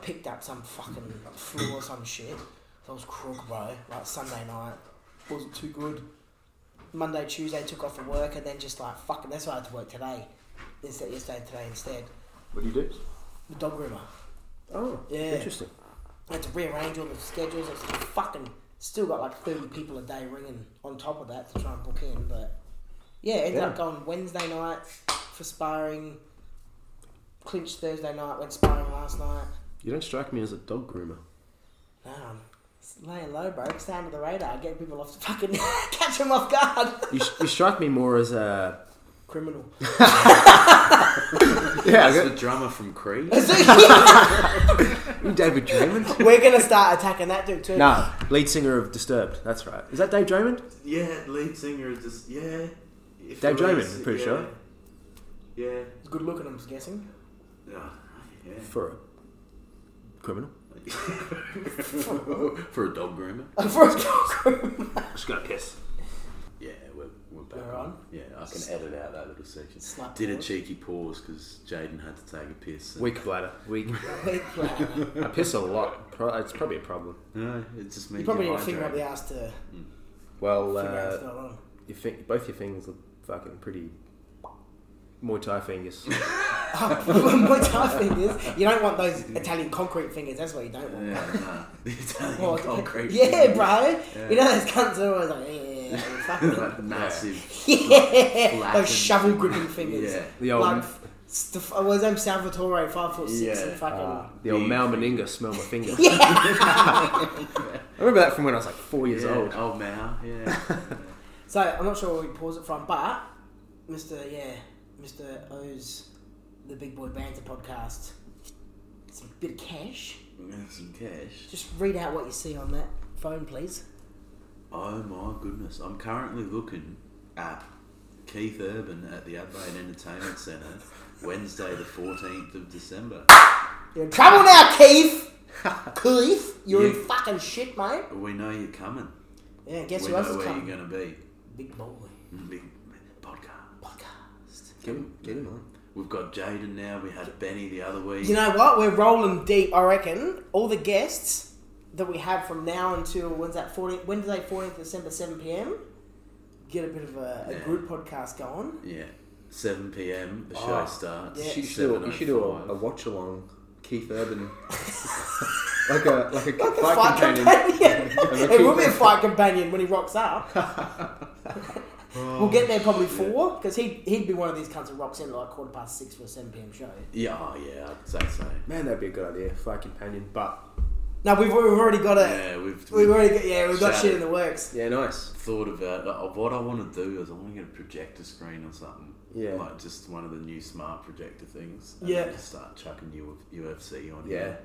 picked up some fucking flu or some shit. That was crook, bro. Like, Sunday night. Wasn't too good. Monday, Tuesday, took off from work, and then just like, fucking, that's why I had to work today. Instead, yesterday, and today instead.
What do you do?
The dog groomer.
Oh,
Yeah.
interesting.
I had to rearrange all the schedules. It's fucking still got like 30 people a day ringing on top of that to try and book in. But yeah, ended
Yeah.
up going Wednesday night for sparring, clinched Thursday night, went sparring last night.
You don't strike me as a dog groomer.
No, I'm s- laying low, bro. Stay under the radar, get people off the fucking catch them off guard.
You, you strike me more as a.
Criminal.
Yeah, I
That's
got
the drummer from Creed.
you, David Draymond.
We're gonna start attacking that dude too.
nah, lead singer of Disturbed. That's right. Is that Dave Draymond?
yeah, lead singer is just yeah. If
Dave
you
Draymond,
release it,
I'm pretty
yeah.
sure.
Yeah.
It's good looking, I'm guessing.
Ah,
for a criminal.
For a dog groomer.
First dog
Just gotta piss.
Yeah, we're, we're back
We're
on.
on?
Yeah, I can edit out that little section.
Slap
Did a
pause.
cheeky pause because Jaden had to take a piss. and-
Weak bladder. Weak.
groomer.
I piss a lot. Pro- it's probably a problem.
No, it just means
you probably need
you're
to figure up the
hydrated.
ass to figure
Well,
out
uh,
what's going on.
your fin- both your fingers look fucking pretty Muay Thai fingers.
Muay Thai fingers. You don't want those Italian concrete fingers. That's what you don't want.
Yeah, nah. The Italian
Well,
concrete.
Yeah,
fingers.
bro. You know those cunts are always like, yeah, fucking,
Like massive.
yeah,
flattened
those shovel gripping fingers.
Yeah.
The old, uh,
Like, St- was them Salvatore five foot six
Yeah.
and fucking.
uh, the old
Big
Mal Meninga smell my fingers. I remember that from when I was like four years
Yeah,
old.
old Mao. Yeah.
So I'm not sure where we pause it from, but Mr. Yeah, Mr. O's the Big Boy Banter podcast. Some bit of cash.
Some cash.
Just read out what you see on that phone, please.
Oh my goodness. I'm currently looking at Keith Urban at the Adelaide Entertainment Centre Wednesday the 14th of December.
You're in trouble now, Keith. Keith, you're in
Yeah.
fucking shit, mate.
We know you're coming.
Yeah, guess
we
who
know
else is
where
coming?
you're going to be.
Big Boy
Big podcast.
podcast.
Get him, get him on.
We've got Jaden now. We had Benny the other week.
You know what? We're rolling deep. I reckon all the guests that we have from now until when's that? 14th, Wednesday, fourteenth December, seven pm. Get a bit of a, a
Yeah.
group podcast going.
yeah. 7 p.m. The show
Oh,
starts.
yeah.
You should do, you should do a, a
7:05.
watch along, Keith Urban, like a like a
Like a
fight companion.
companion. it will be a fight companion when he rocks up. we'll get there
Oh,
probably four because he he'd be one of these cunts that rocks in at like quarter past six for a seven pm show.
Yeah, oh, yeah, I'd say so.
Man, that'd be a good idea, fight companion. But
No, we've, we've already got it.
Yeah, we've,
We've
we've
already got, yeah we've got
Shout
shit
it.
in the works.
yeah, nice.
thought about uh, what I want to do is I want to get a projector screen or something.
Yeah.
Like just one of the new smart projector things.
Yeah.
Just start chucking U- UFC on.
Yeah.
there.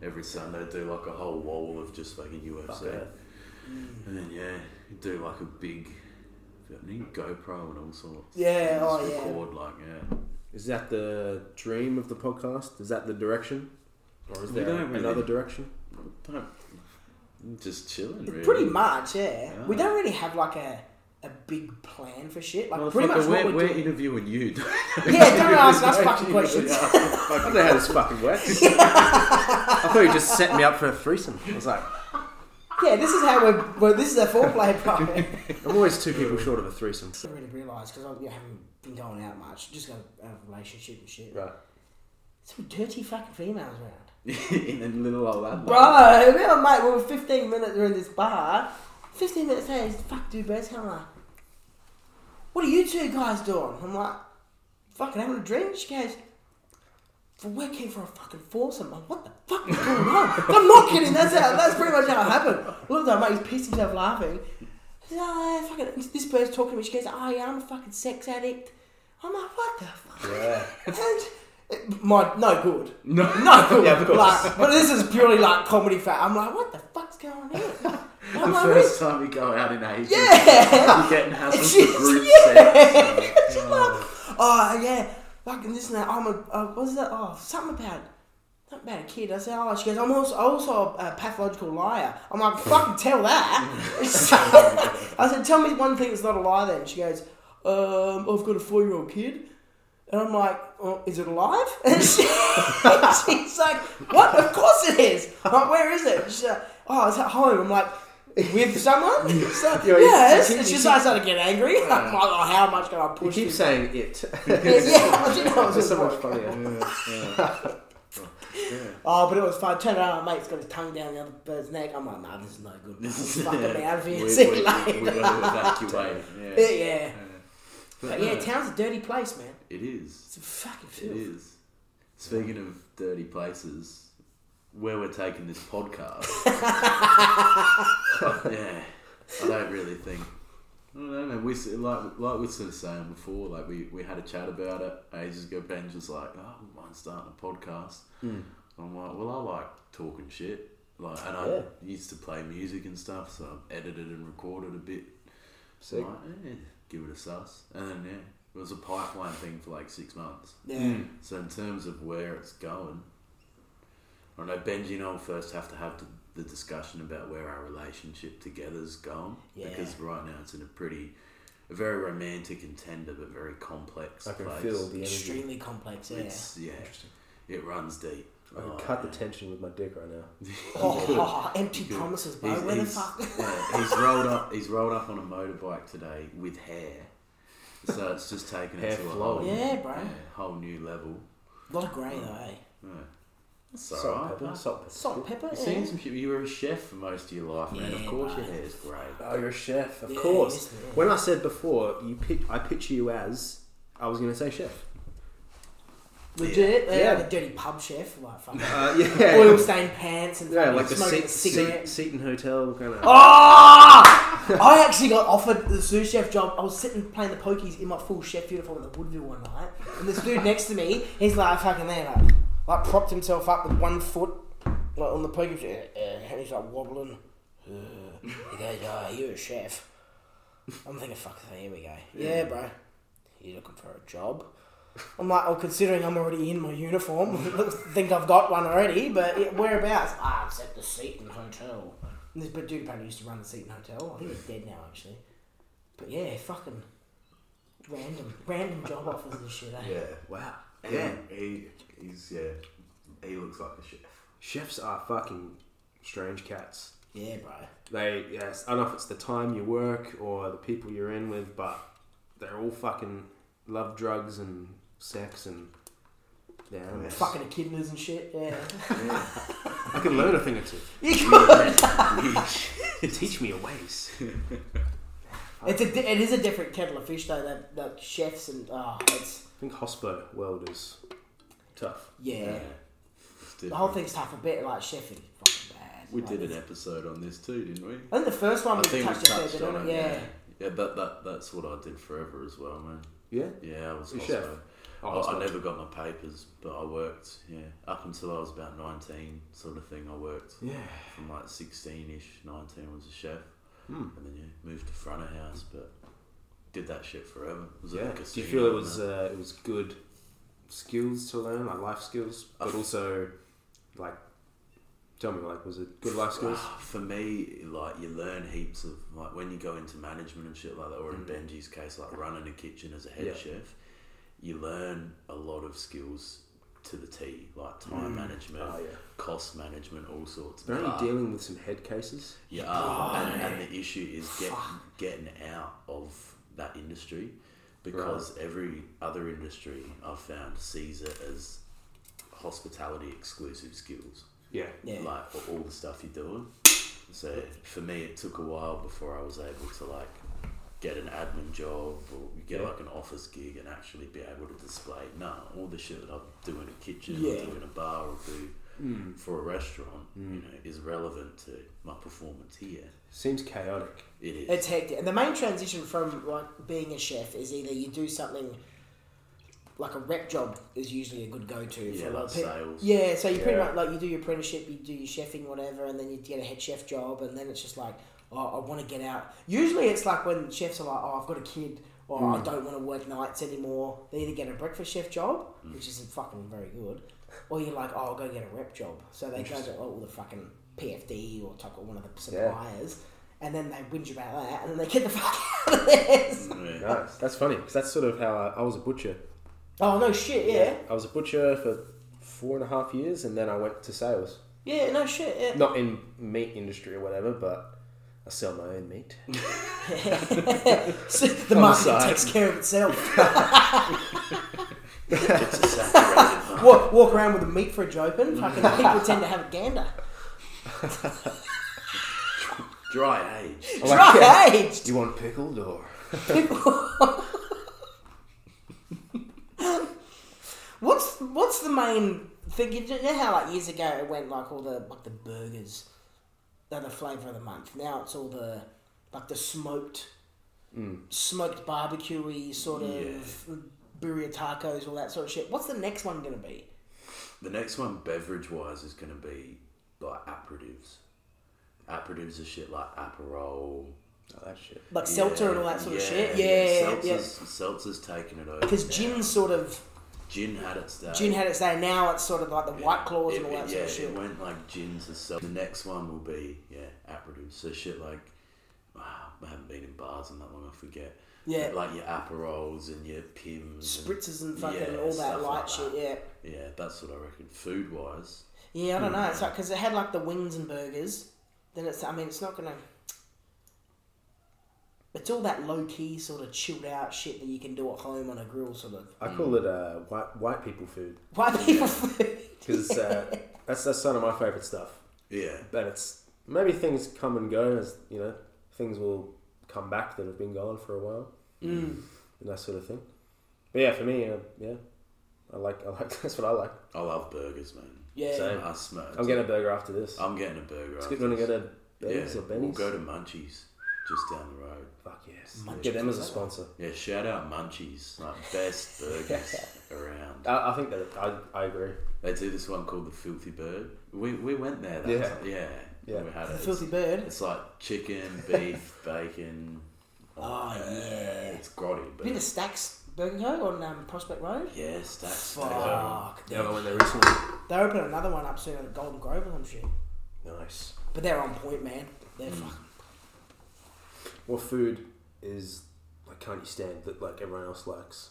Every Sunday, do like a whole wall of just fucking UFC.
Fuck yeah.
And then, yeah, do like a big. I need GoPro and all sorts.
Yeah,
And just
oh, yeah.
record, like, yeah.
Is that the dream of the podcast? Is that the direction, or is
We
there
don't really-
another direction?
Don't- Just chilling, really.
Pretty much, yeah.
Yeah.
We don't really have like a a big plan for shit. Like
Well,
pretty
fucker,
much
we're,
what
we're
we're doing.
interviewing you.
Yeah, don't ask us fucking questions.
I don't know how this fucking works. I thought you just set me up for a threesome. I was like,
Yeah, this is how we're. Well, this is a foreplay problem.
I'm always two people short of a threesome.
I really realised because I haven't been going out much. Just got out of a relationship and shit.
Right.
Some dirty fucking females around.
In a little old Adelaide.
Bro, me and mate, we were 15 minutes we're in this bar. 15 minutes later, he's fuck dude, best. I'm like, what are you two guys doing? I'm like, fucking having a drink. She goes, "For- we're here for a fucking foursome. I'm like, what the fuck is going on? I'm not kidding. That's how, that's pretty much how it happened. Look at that mate, he's pissed himself laughing. He's like, "Oh, yeah, fucking, this bird's talking to me. She goes, oh yeah, I'm a fucking sex addict. I'm like, what the fuck?
Yeah.
And it- my no good.
No.
No good.
Yeah, of course.
Like, but this is purely like comedy fat. I'm like, what the fuck's going on here? I'm
The
like,
first time you go out in ages,
Yeah.
you're getting hassled
She's-
for group sex.
She's like, oh yeah, fucking this and that. I'm a uh, what's that? Oh, something about something about a kid. I said, oh, she goes, I'm also also a, pathological liar. I'm like, fucking tell that. So, I said, tell me one thing that's not a lie. Then she goes, um, I've got a four year old kid. And I'm like, oh, is it alive? And she, she's like, what? Of course it is. I'm like, where is it? She's like, oh, it's at home. I'm like, with someone? She's like,
Yeah, you-
yes.
you keep-
And
you
she's
keep-
like, I started to get angry. I'm like, oh, how much can I
You
push
keep
this?
saying it.
Yeah, yeah, I didn't know it was
It's so
gonna
much
work.
funnier.
Oh, but it was fun. Turn around, mate's got his tongue down the other bird's neck. I'm like, nah, this is no good. man.
This
This
is-
is fucking me out of
We,
here.
we,
See you
we, we
later.
gotta evacuate.
Yeah,
Yeah.
yeah. But yeah,
no,
town's a dirty place, man.
it is.
It's a fucking
Uh. It
filth.
is. Speaking of dirty places, where we're taking this podcast. yeah, I don't really think. I don't know, man. We s- like like we sort of saying before, like we, we had a chat about it ages ago. Ben's was like, "Oh, I wouldn't mind starting a podcast."
Hmm.
I'm like, "Well, I like talking shit, like, and I
Yeah.
used to play music and stuff, so I've edited and recorded a bit
Sick.
like, eh, give it a sus. And then, yeah, it was a pipeline thing for like six months.
Yeah.
So, in terms of where it's going, I know Benji and I will first have to have the, the discussion about where our relationship together's going
Yeah.
because right now it's in a pretty, a very romantic and tender but very complex
I can
place.
feel the energy.
Extremely complex, yeah.
It's yeah,
Interesting.
it runs deep.
I can
Oh,
cut the
yeah.
tension with my dick right now.
Oh, oh, empty
Good.
promises, bro.
He's,
Where the
he's-
fuck?
yeah, he's rolled up. He's rolled up on a motorbike today with hair, so it's just taken it
Hair
to a
flowing.
whole,
Yeah, bro.
whole new level.
A lot of grey though. Eh?
Yeah. It's
Salt,
alright,
pepper,
mate.
salt, pepper.
Salt and pepper. eh?
You've
Yeah.
seen some shit. You were a chef for most of your life, man. of
Yeah,
course, your
mate.
hair's great.
Oh, you're a chef, of
Yeah,
course.
yes, yeah.
When I said before, you pic- I picture you as I was going to say chef.
Legit. Yeah.
Yeah.
Like a dirty pub chef, like fucking
Uh, yeah,
oil stained pants and
yeah,
fucking
like the
smoking
Se-
a cigarette.
Se- Seton Hotel kind of.
Oh! I actually got offered the sous chef job. I was sitting playing the pokies in my full chef uniform at the Woodville one night, and this dude next to me, he's like fucking there, like, like propped himself up with one foot, like on the pokies, uh, uh, and he's like wobbling. Uh, he goes, "Oh, you're a chef." I'm thinking, "Fuck, here we go." Yeah, bro. You looking for a job? I'm like, well, considering I'm already in my uniform, I think I've got one already, but yeah, whereabouts? Ah, it's at the Seaton Hotel. And this but dude apparently used to run the Seaton Hotel. I think he's dead now, actually. But yeah, fucking random, random job offers and shit, eh?
Yeah.
Wow,
Yeah. He, he's yeah. He looks like a chef.
chefs are fucking strange cats.
Yeah, bro.
They yes, I don't know if it's the time you work or the people you're in with, but they're all fucking love drugs and sex and yeah. I don't know.
Fucking echidnas and shit, yeah.
I could learn a thing or two.
You could.
Teach me your ways.
It's a, di- it is a different kettle of fish, though, that, that chefs and, oh, it's,
I think hospo world is tough.
yeah.
It's
The whole
different.
thing's tough a bit, like, chef is fucking bad.
We
Like,
did
it's-
an episode on this too, didn't we?
I think the first one
I
we
think
touched,
we touched
a fair bit
on
on
it.
it.
Yeah. Yeah, that, that that's what I did forever as well, man.
Yeah.
Yeah, I was
You're
also.
chef. Oh,
I, I
hospo.
never got my papers, but I worked. Yeah, up until I was about nineteen, sort of thing. I worked
Yeah.
from like sixteen-ish, nineteen was a chef,
Hmm.
and then yeah, moved to front of house, but did that shit forever. It was
Yeah.
like a
Do you
casino
feel it
and
was
that.
uh, it was good skills to learn, like life skills, but also like tell me, like was it good life skills?
Ah, For me, like you learn heaps of like when you go into management and shit like that, or in Benji's case, like running a kitchen as a head
Mm. Yeah.
chef, you learn a lot of skills to the T, like time management,
Oh, yeah.
cost management, all sorts.
They're only
But-
dealing with some head cases.
You
Oh,
are, um, and, and the issue is get, getting out of that industry because every other industry I've found sees it as hospitality exclusive skills,
Yeah.
Yeah.
like all- all the stuff you're doing. So for me, it took a while before I was able to like get an admin job or get
Yeah.
like an office gig and actually be able to display no all the shit that I do in a kitchen,
Yeah. Mm.
or do in a bar, or do
Hmm.
for a restaurant, you know, is relevant to my performance here.
Seems chaotic.
It is.
It's hectic. And the main transition from like being a chef is either you do something like a rep job is usually a good go to
Yeah,
for a lot
like
of people.
sales.
Yeah, so you pretty
Yeah.
much like you do your apprenticeship, you do your chefing, whatever, and then you get a head chef job, and then it's just like, oh, I want to get out. Usually, it's like when chefs are like, oh, I've got a kid, or
Mm.
I don't want to work nights anymore. They either get a breakfast chef job,
Mm.
which isn't fucking very good, or you're like, oh, I'll go get a rep job. So they go to all the fucking PFD or talk to one of the suppliers, and then they whinge about that, and then they get the fuck out of there.
Yeah.
Nice. That's funny because that's sort of how I, I was a butcher.
Oh no shit, yeah,
I was a butcher for four and a half years, and then I went to sales.
yeah, no shit, yeah.
Not in meat industry or whatever, but I sell my own meat.
So the
On the
market
side.
takes care of itself.
It's a saturated market.
walk, walk around with a meat fridge open. Fucking people tend to have a gander.
Dry age.
I'm like, "Yeah,
Dry aged.
You want pickled or?
What's what's the main thing? You know how like years ago it went like all the like the burgers, they're the flavour of the month. Now it's all the like the smoked, smoked barbecuey sort of burrito tacos, all that sort of shit. What's the next one gonna be?
The next one, beverage wise, is going to be like aperitifs. Aperitifs are shit like Aperol.
Oh, that shit.
Like seltzer and all that sort of shit. Yeah, yeah.
Seltzer's, Seltzer's taking it over.
Because
now.
gin's sort of
gin had its day.
Gin had its day. Now it's sort of like the White Claws
it,
and all that
it- yeah,
sort of shit.
it went like gins and stuff. The next one will be yeah, aperitifs. So shit like wow, I haven't been in bars in that long. I forget.
Yeah.
But like your aperols and your pims. and-
Spritzers and fucking
yeah,
all
stuff
that light
like
shit.
that.
Yeah.
Yeah, that's what I reckon. Food wise,
Yeah,
Hmm.
I don't know. It's like because it had like the wings and burgers. Then it's. I mean, it's not gonna. It's all that low key sort of chilled out shit that you can do at home on a grill, sort of.
I call it uh, white white people food
White people food.
because uh, that's that's some of my favorite stuff.
yeah,
But it's maybe things come and go as you know things will come back that have been gone for a while
Hmm.
Mm.
and that sort of thing. But yeah, for me, uh, yeah, I like I like that's what I like.
I love burgers, man.
Yeah.
Same, I smoke.
I'm getting a burger after this.
I'm getting a burger.
it's
after
good when I go
this.
to Benny's
Oh, yeah,
or Benny's.
We'll go to Munchies, just down the road.
Fuck yes, get them as a sponsor.
Yeah, shout out Munchies, like best burgers around.
I, I think that I, I agree.
They do this one called the Filthy Bird. We, we went there. That
Yeah.
time. yeah,
Yeah.
We had
The
it.
filthy
It's,
bird.
it's like chicken, beef, bacon.
Oh yeah.
It's grotty, but
Bit of Stacks Burger Co on um, Prospect Road.
yeah, stack, stack.
Fuck.
Yeah, I went there recently.
They open another one up soon at Golden Grove or some shit.
Nice.
But they're on point, man. They're
Hmm.
fucking.
What food is like can't you stand that like everyone else likes?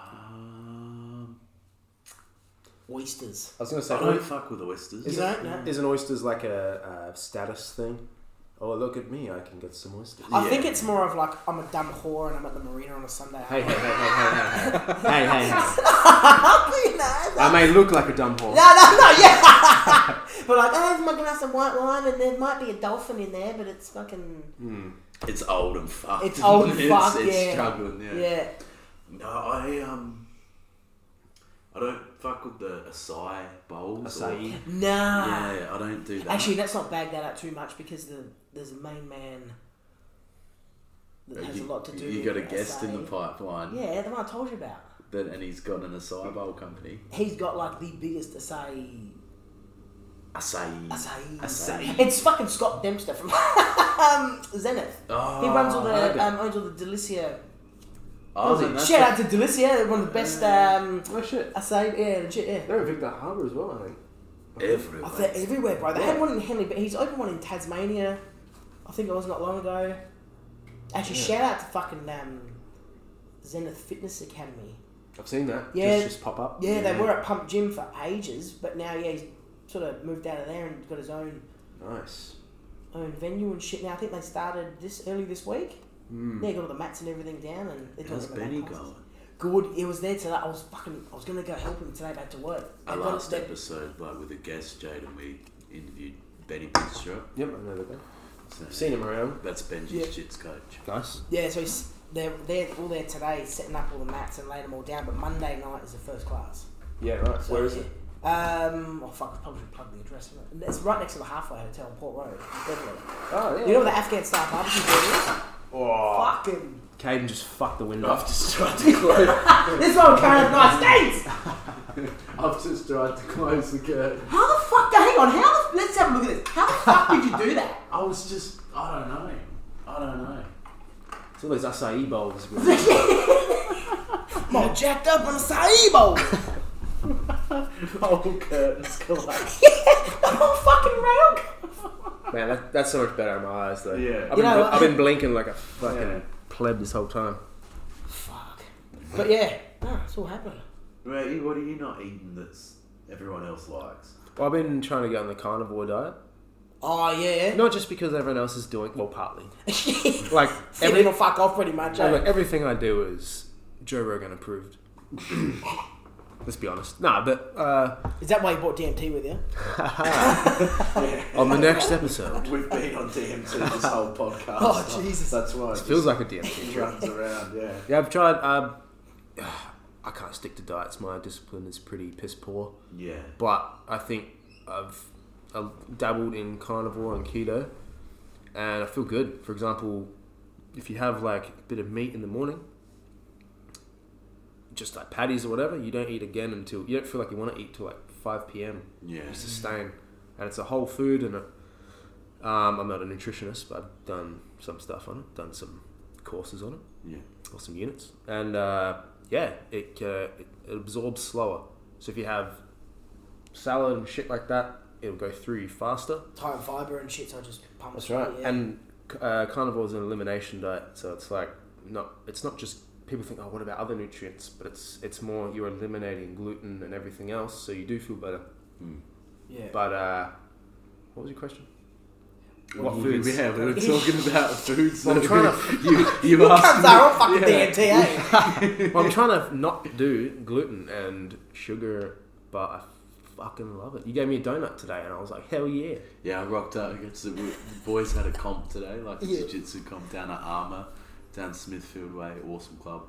Um,
Oysters.
I was gonna
I
say
don't fuck with oysters.
Is that- No.
Isn't oysters like a, a status thing? Oh, look at me, I can get some oysters.
I think
Yeah.
it's more of like I'm a dumb whore and I'm at the marina on a Sunday.
Hey, hey, hey, hey, hey, hey, hey, hey, hey.
Oh, You know,
I may look like a dumb whore.
No, no, no, yeah. but like, oh, there's my glass of white wine, and there might be a dolphin in there, but it's fucking
It's old and fucked.
It's old and
It's-
fucked,
It's
yeah.
struggling.
yeah.
Yeah. No, I um, I don't fuck with the acai bowls.
Acai.
Or,
Nah.
yeah, I don't do that.
Ah. Actually, let's not bag that up too much because the there's a main man that has
Uh, you,
a lot to do.
You
with
got a guest in the
acai.
pipeline.
Yeah, the one I told you about.
That and he's got an acai bowl company.
He's got like the biggest acai.
Acai.
Acai.
Acai.
It's fucking Scott Dempster from um, Zenith.
Oh,
He runs all
I like
the
that.
um, owns all the Delicia.
Oh, then that's
Shout
a-
out to Delicia, one of the best um,
Oh shit.
acai. Yeah, legit. Yeah.
They're in Victor Harbour as well, I think.
everywhere.
Oh, they're everywhere, bro. They had one in Henley, but he's opened one in Tasmania. I think it was not long ago. Actually, shout out to fucking um, Zenith Fitness Academy.
I've seen that.
Yeah.
Just, just pop
Oh,
up.
Yeah, they were at Pump Gym for ages, but now yeah, he's sort of moved out of there and got his own
Nice.
own venue and shit. Now I think they started this early this week.
Hmm. Mm.
Yeah, got all the mats and everything down, and they're
How's
talking about
Benny
classes.
going?
Good. It was there today. I was fucking. I was gonna go help him today back to work.
Our
They've got-
last
they-
episode, like with a guest, Jade, and we interviewed Benny Bidstrup.
Yep, I know that guy.
So
I've seen him around.
that's Benji's
Yeah.
jits coach.
Nice.
Yeah, so he's, they're, they're all there today, setting up all the mats and laying them all down. But Monday night is the first class.
Yeah, right.
So,
Where is
yeah.
it?
Um, oh fuck, I probably should plug the address. isn't it? It's right next to the halfway hotel on Port Road. Beverly.
Oh, yeah.
You know where the Afghan Star barbecue joint
oh,
is? Fucking.
Caden just fucked the window.
I've just tried to close.
This one kind of nice dates.
I've just tried to close the curtain.
How the fuck? Hang on. How? The, let's have a look at this. How the fuck did you do that?
I was just, I don't know. I don't know.
It's all those acai bowls. bro.
I'm all jacked up on a acai bowl.
Whole curtains collapsed.
oh fucking rail.
Man, that, that's so much better in my eyes, though.
Yeah.
I've been,
You know,
bl-
I-
I've been blinking like a fucking
Yeah.
pleb this whole time.
Fuck. But yeah, no, it's all happening.
Right, you- what are you not eating that's everyone else likes?
Well, I've been trying to go on the carnivore diet.
Oh yeah.
Not just because everyone else is doing well, partly.
Everything
Like every,
will fuck off pretty much. eh?
like everything I do is Joe Rogan approved. Let's be honest. Nah, but uh,
Is that why you brought DMT with you?
on the next episode,
We've been on DMT this whole podcast.
Oh, Jesus.
That's why it
feels like a DMT.
just runs around, yeah.
Yeah, I've tried. Um, I can't stick to diets. My discipline is pretty piss poor.
Yeah.
but I think I've, i dabbled in carnivore and keto, and I feel good. For example, if you have like a bit of meat in the morning, just like patties or whatever, you don't eat again until you don't feel like you want to eat till like five p.m.
Yeah.
You sustain, and it's a whole food. And a, um, I'm not a nutritionist, but I've done some stuff on it, done some courses on it
Yeah.
or some units, and uh, yeah, it, uh, it it absorbs slower. So if you have salad and shit like that, it'll go through you faster.
High in fiber and shit, so I just pump.
That's right.
Yeah.
And uh, carnivore is an elimination diet, so it's like not. It's not just people think, oh, what about other nutrients? But it's it's more you're eliminating gluten and everything else, so you do feel better.
Hmm.
yeah.
But uh, what was your question? What
Well,
foods?
Yeah, we were talking about foods.
Well, I'm trying
you, you've
Cubs
asked.
are all fucking
yeah.
DMT, eh?
Well, I'm trying to not do gluten and sugar, but I fucking love it. You gave me a donut today, and I was like, hell yeah.
Yeah, I rocked up against the, the boys. Had a comp today, like a
Yeah.
jiu-jitsu comp down at Armour, down Smithfield Way, awesome club.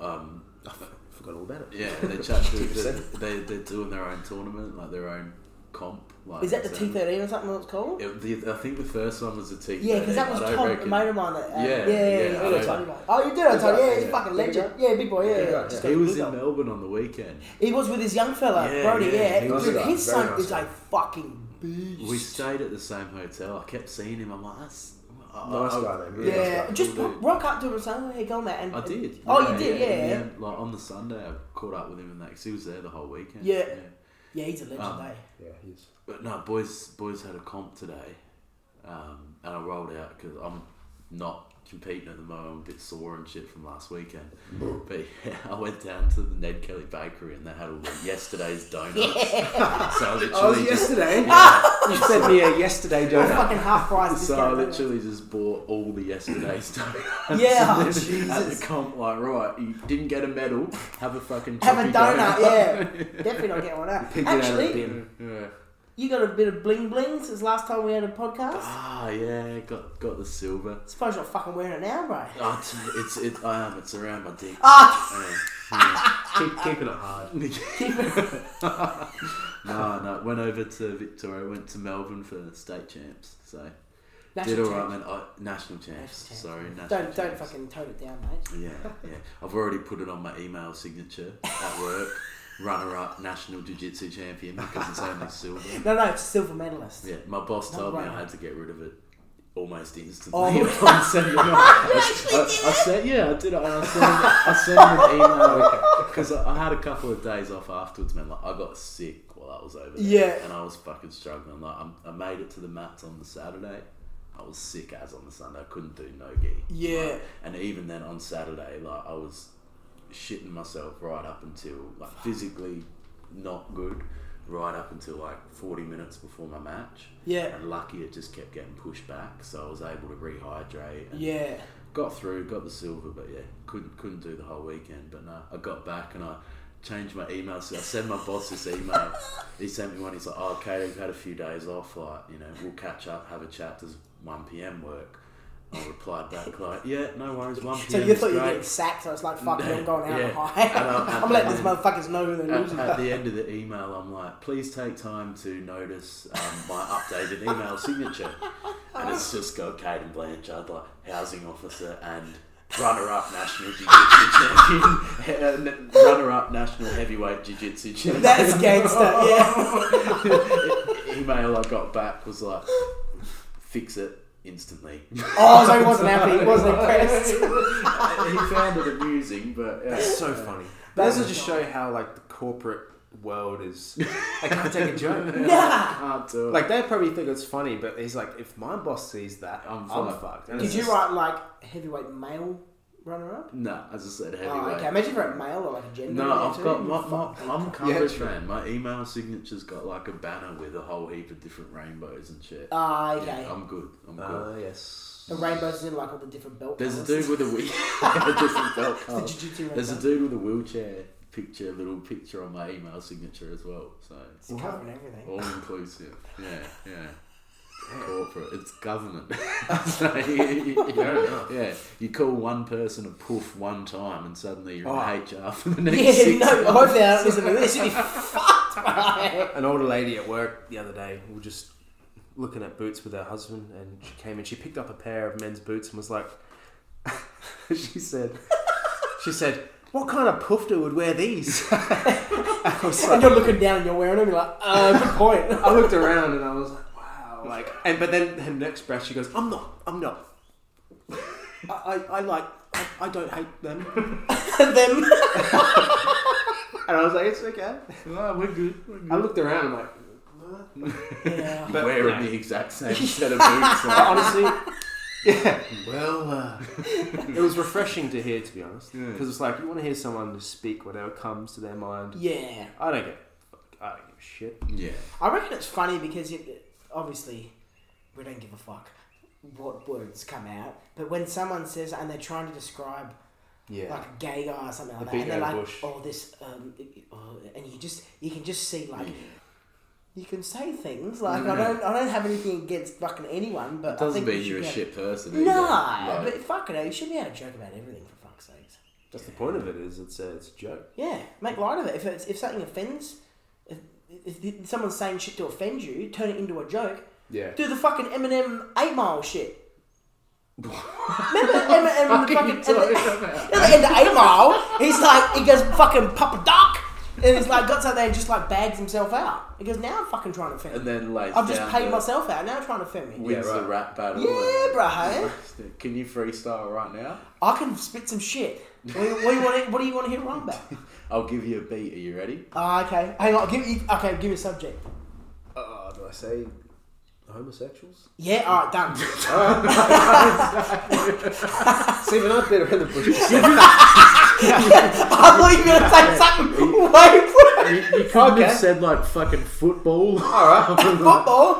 Um,
I f- forgot all about it.
yeah, they chat through.
50%.
They, they're doing their own tournament, like their own comp. Like
Is that the
so-
T thirteen or something? What it's called?
It, the, I think the first one was the T.
Yeah, because that was
I don't
Tom,
reckon-
a mate of mine. That, uh,
Yeah,
yeah, yeah,
yeah,
yeah,
I
yeah,
know.
Tony, mate. Oh, you did, I told you. Yeah, he's
Yeah.
a fucking
Big
legend. Yeah, big boy. Yeah,
Big
yeah.
guy,
Just
yeah.
got
He
a
was
big
in
guy.
Melbourne on the weekend.
He was with his young fella,
Yeah,
Brody.
yeah.
Yeah,
He was a
Dude,
guy,
his
very
son
nice
is
guy.
a fucking beast.
We stayed at the same hotel. I kept seeing him. I'm like, that's I-
Nice
I-
guy, though,
yeah,
really
nice guy,
just
cool
ro-
dude.
rock up to him and say, "Oh, "Hey, go, mate." And
I did.
Oh, you did, yeah.
in the
Yeah,
end, like on the Sunday, I caught up with him and that 'cause he was there the whole weekend.
Yeah. he's a legend,
Um,
eh?
Yeah, he is.
But no, boys, boys had a comp today, um, and I rolled out because I'm not competing at the moment. I'm a bit sore and shit from last weekend.
Mm.
but yeah, I went down to the Ned Kelly Bakery and they had all the yesterday's donuts. so I literally just.
yesterday.
Yeah.
you sent me a yesterday
They're
donut.
fucking half price.
So I
discount, aren't they?
literally just bought all the yesterday's donuts.
Yeah,
And then At
Jesus.
the comp, like, right, you didn't get a medal, have a fucking
Have
choppy
a donut, yeah. Definitely not getting one out.
Picked it out of the
Actually,
bin.
yeah.
you got a bit of bling bling since last time we had a podcast.
Ah, yeah, got got the silver.
Suppose you're not fucking wearing it now, bro.
Oh, t- it's it. I am. It's around my dick.
Ah,
Yeah.
Keep, keeping it hard.
no, no. Went over to Victoria. Went to Melbourne for the state champs. So
that's
did
a
all
joke.
right, man. I, national champs.
National
Sorry, national
Don't don't
champs.
fucking tone it down, mate.
Yeah, yeah. I've already put it on my email signature at work. Runner up, national jiu jitsu champion because it's only silver.
No, no, it's silver medalist.
Yeah, my boss
No
told me I
runner.
had to get rid of it almost instantly.
Oh.
I sent him- I, I, I said, yeah, I did it. And I sent him, I sent him an email because I, I had a couple of days off afterwards, man. Like I got sick while that was over. there,
Yeah.
and I was fucking struggling. Like I'm, I made it to the mats on the Saturday. I was sick as on the Sunday. I couldn't do no gi.
Yeah.
Like, and even then on Saturday, like I was shitting myself right up until like physically not good. Right up until like 40 minutes before my match.
Yeah.
And lucky it just kept getting pushed back, so I was able to rehydrate. And
Yeah.
Got through, got the silver, but yeah, couldn't couldn't do the whole weekend. But no, I got back and I changed my email. So I sent my boss this email. he sent me one. He's like, "Oh, okay, we've had a few days off. Like, you know, we'll catch up, have a chat. Does one p.m. work?" I replied back like, "Yeah, no worries. One p.m.
So you
is
thought you were
great."
getting sacked, so it's like, fuck it, I'm going out
Yeah.
high.
And I'll-
I'm letting these motherfuckers know who they're
At,
losing.
at the end of the email, I'm like, please take time to notice um, my updated email signature. And it's just got Caden Blanchard, like housing officer and runner-up national jiu-jitsu champion, and runner-up national heavyweight jiu-jitsu champion.
That's gangster, yeah.
email I got back was like, fix it instantly. he
Oh, so he wasn't happy, he wasn't impressed.
found it amusing, but yeah.
That's so funny. That
That's
doesn't just
not-
show how like the corporate world is. They can't take a joke.
Nah.
can't do it.
Like they probably think it's funny, but he's like, if my boss sees that,
I'm
I'm,
fucked.
fucked. And
Did
it's
you
just-
write like heavyweight male runner up?
no, as I said, heavyweight.
Oh, okay. Imagine if you wrote male or like a gender.
No,
in there
I've
too.
got my, my I'm
Yeah,
covered,
true.
man. My email signature's got like a banner with a whole heap of different rainbows and shit.
Oh,
Ah, okay.
Yeah, I'm good. I'm good.
Ah, yes.
the rainbows in like all the different belt.
There's a
colours.
dude with a wheel. a different belt
It's
colour.
the jiu-jitsu
There's a
rainbow.
dude with a wheelchair picture, little picture on my email signature as well. So it's
It's covering everything.
all inclusive. Yeah, yeah. Corporate. It's government. so you, you-
Fair enough.
yeah, you call one person a poof one time, and suddenly you're
Oh.
in HR for the next
Yeah,
six
no,
months.
hopefully I don't listen to this. You'd be fucked. mate.
An older lady at work the other day, we were just looking at boots with her husband, and she came in. She picked up a pair of men's boots and was like, she said, she said, what kind of poofter would wear these? I was
and
like,
you're looking down and you're wearing them, you're like, uh, good point.
I looked around and I was like, wow, like, and but then her next breath she goes, I'm not, I'm not. I, I, I like I, I don't hate them.
them.
And I was like, it's okay.
No, Oh, we're good. We're good.
I looked around, I'm like,
Yeah.
But-
Wearing the exact same set of boots. like,
honestly, yeah.
well, uh,
It was refreshing to hear, to be honest.
Yeah.
Because it's like, you want to hear someone just speak whatever comes to their mind.
yeah.
I don't give a fuck. I don't give a shit.
yeah.
I reckon it's funny because it, obviously we don't give a fuck what words come out, but when someone says and they're trying to describe
Yeah.
like a gay guy or something like
The
that, and
big
E
they're
old
like,
bush.
"Oh, this," um, oh, and you just you can just see
Mm.
like. You can say things like I don't. I don't have anything against fucking anyone, but
It
I
Mm. doesn't
think we
mean
should
you're a
be able-
shit person. either.
Nah,
Like,
but fuck it, you should be able to joke about everything for fuck's sakes.
That's the point of it, is it's a, it's a joke.
Yeah, make light of it. If it's, if something offends, if, if, if someone's saying shit to offend you, turn it into a joke.
Yeah.
Do the fucking Eminem eight mile shit. Remember Eminem the fucking at the, at the end of eight mile? He's like he goes fucking Papa Doc, and he's like got something and just like bags himself out. He goes now I'm fucking trying to offend.
And
me.
then like
I've just paid myself out. Now I'm trying to offend me.
Wins
Yeah, right.
the rap battle.
Yeah,
and-
bro. Hey?
Can you freestyle right now?
I can spit some shit. What do you, what do you want? What do you want to hear wrong about?
I'll give you a beat. Are you ready?
Ah, okay. Hang on. Give me. Okay, give me a subject.
Uh, do I say homosexuals?
Yeah. All right. Done.
See, we're not better in the bushes.
I thought you were gonna say something way worse.
You, can't
Okay.
have said like fucking football.
Football.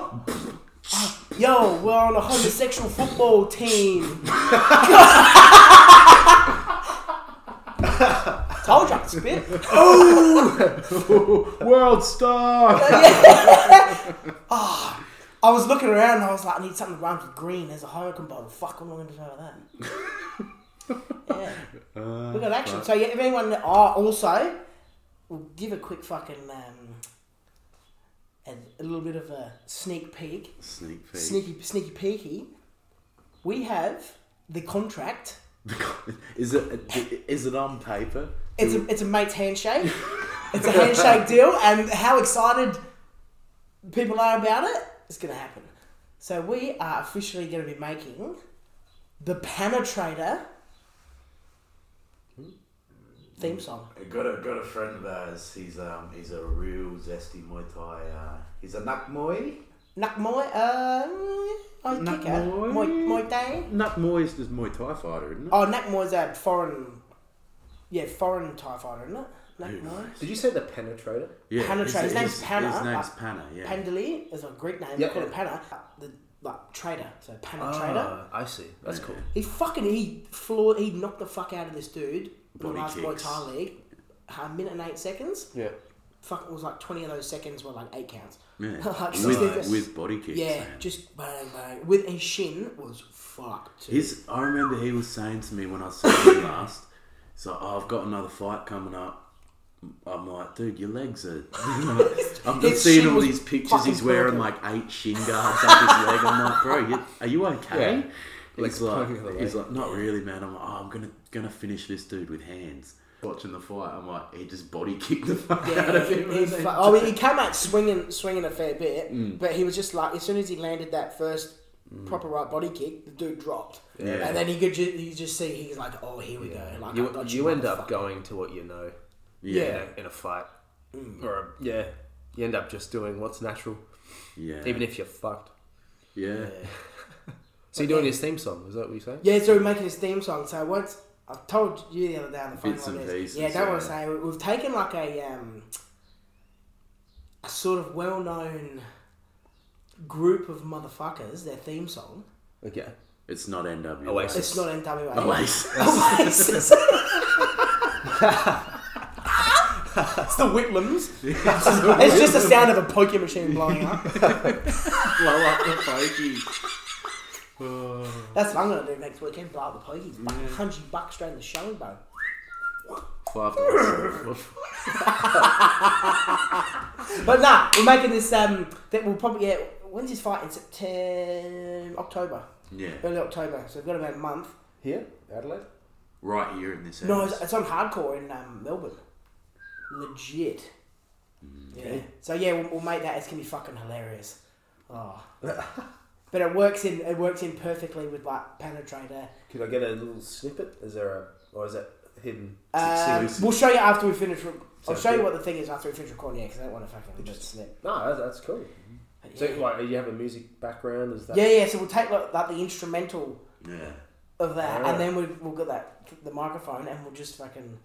Yo, we're on a homosexual football team. Told you, spit.
World star.
I was looking around and I was like, I need something that rhymes with green. There's a hurricane bottle. Fuck, I'm not going to talk about that. yeah. we got action. So, yeah, if anyone are also, we'll give a quick fucking, um, a, a little bit of a sneak peek,
Sneak peek.
sneaky, sneaky peeky. We have the contract.
Is it is it on paper?
It's a, it's a mate's handshake. it's a handshake deal, and how excited people are about it, it's going to happen. So we are officially going to be making the Penetrator theme song.
I got a got a friend of ours. He's um he's a real zesty Muay Thai. Uh, he's a nut Muay.
Nak moi, uh, I
Nak
kicker.
Moi.
Moi, moi day.
Nut Muay is just Muay Thai fighter, isn't it?
Oh, Nak moi's a foreign, yeah, foreign Thai fighter, isn't it? Nak moi.
Did you say the penetrator?
yeah,
Panna
his-
Trader. His name's Panna.
His name's
Uh,
Panna. Yeah.
Pandali is a Greek name.
Yeah.
we call it Panna. The like trader, so Penetrator.
Ah, I see. That's cool.
He fucking he floored he knocked the fuck out of this dude in the
Body
last Muay
kicks.
Thai league. A minute and eight seconds.
Yeah.
Fucking was like twenty of those seconds were like eight counts.
Yeah.
Like, just
with,
like-
with body kicks.
yeah,
man.
just bang bang. With his shin was fucked.
His, I remember he was saying to me when I saw him last, he's like, oh, I've got another fight coming up. I'm like, dude, your legs are. I'm
His
just seeing
shin
all
was
these pictures.
fucking
He's wearing
broken.
like eight shin guards up his leg. I'm like, bro, you, are you okay?
Yeah.
He's
Legs poking out
like,
the
he's
leg.
like, not really, man. I'm like, oh, I'm gonna gonna finish this dude with hands. Watching the fight, I'm like, he just body kicked the fuck out
Yeah,
of
he,
him.
he
and
fu-
then-
I mean, he came out swinging, swinging a fair bit, but he was just like, as soon as he landed that first
Mm.
proper right body kick, the dude dropped,
Yeah.
and then he could ju- you just see he's like, oh, here we go. Like, I
You,
dodged
you
him,
end up
motherfucker.
going to what you know
yeah,
in, a, in a fight. Or, a, yeah. You end up just doing what's natural,
yeah,
even if you're fucked.
yeah.
So you're doing his theme song, is that what you're saying?
Yeah, so we're making this theme song. So once I told you the other day on the phone,
Bits
like
and
this,
pieces,
yeah, don't want to
yeah.
say we- we've taken like a um, a sort of well-known group of motherfuckers. Their theme song.
Okay.
It's not NW.
Oasis.
It's not NWA.
Oasis.
Oasis. it's the Whitlams. It's just the sound of a poker machine blowing up.
Blow up the pokey.
That's what I'm gonna do next weekend. Blow up the pokies. Fucking Hundred bucks straight in the shelling bone.
Five dollars.
But nah, we're making this. Um, that we'll probably yeah. When's his fight? In September, October,
Yeah,
early October. So we've got about a month.
Here? Adelaide?
right here in this house.
No, it's, it's on hardcore in um, Melbourne. Legit.
Mm.
Yeah. So yeah, we'll, we'll make that. It's gonna be fucking hilarious. Oh. But it works in it works in perfectly with like penetrator.
Could I get a little snippet? Is there a or is that hidden?
Um,
Six
we'll show you after we finish. re- I'll
Sounds
show you
good.
what the thing is after we finish recording. Yeah, because I don't want to fucking just snip.
No, that's, that's cool.
But
So,
yeah.
like, you have a music background? Is that
yeah, yeah. So we'll take like, like the instrumental
Yeah.
of that,
Alright.
and then we'll, we'll get that the microphone, and we'll just fucking.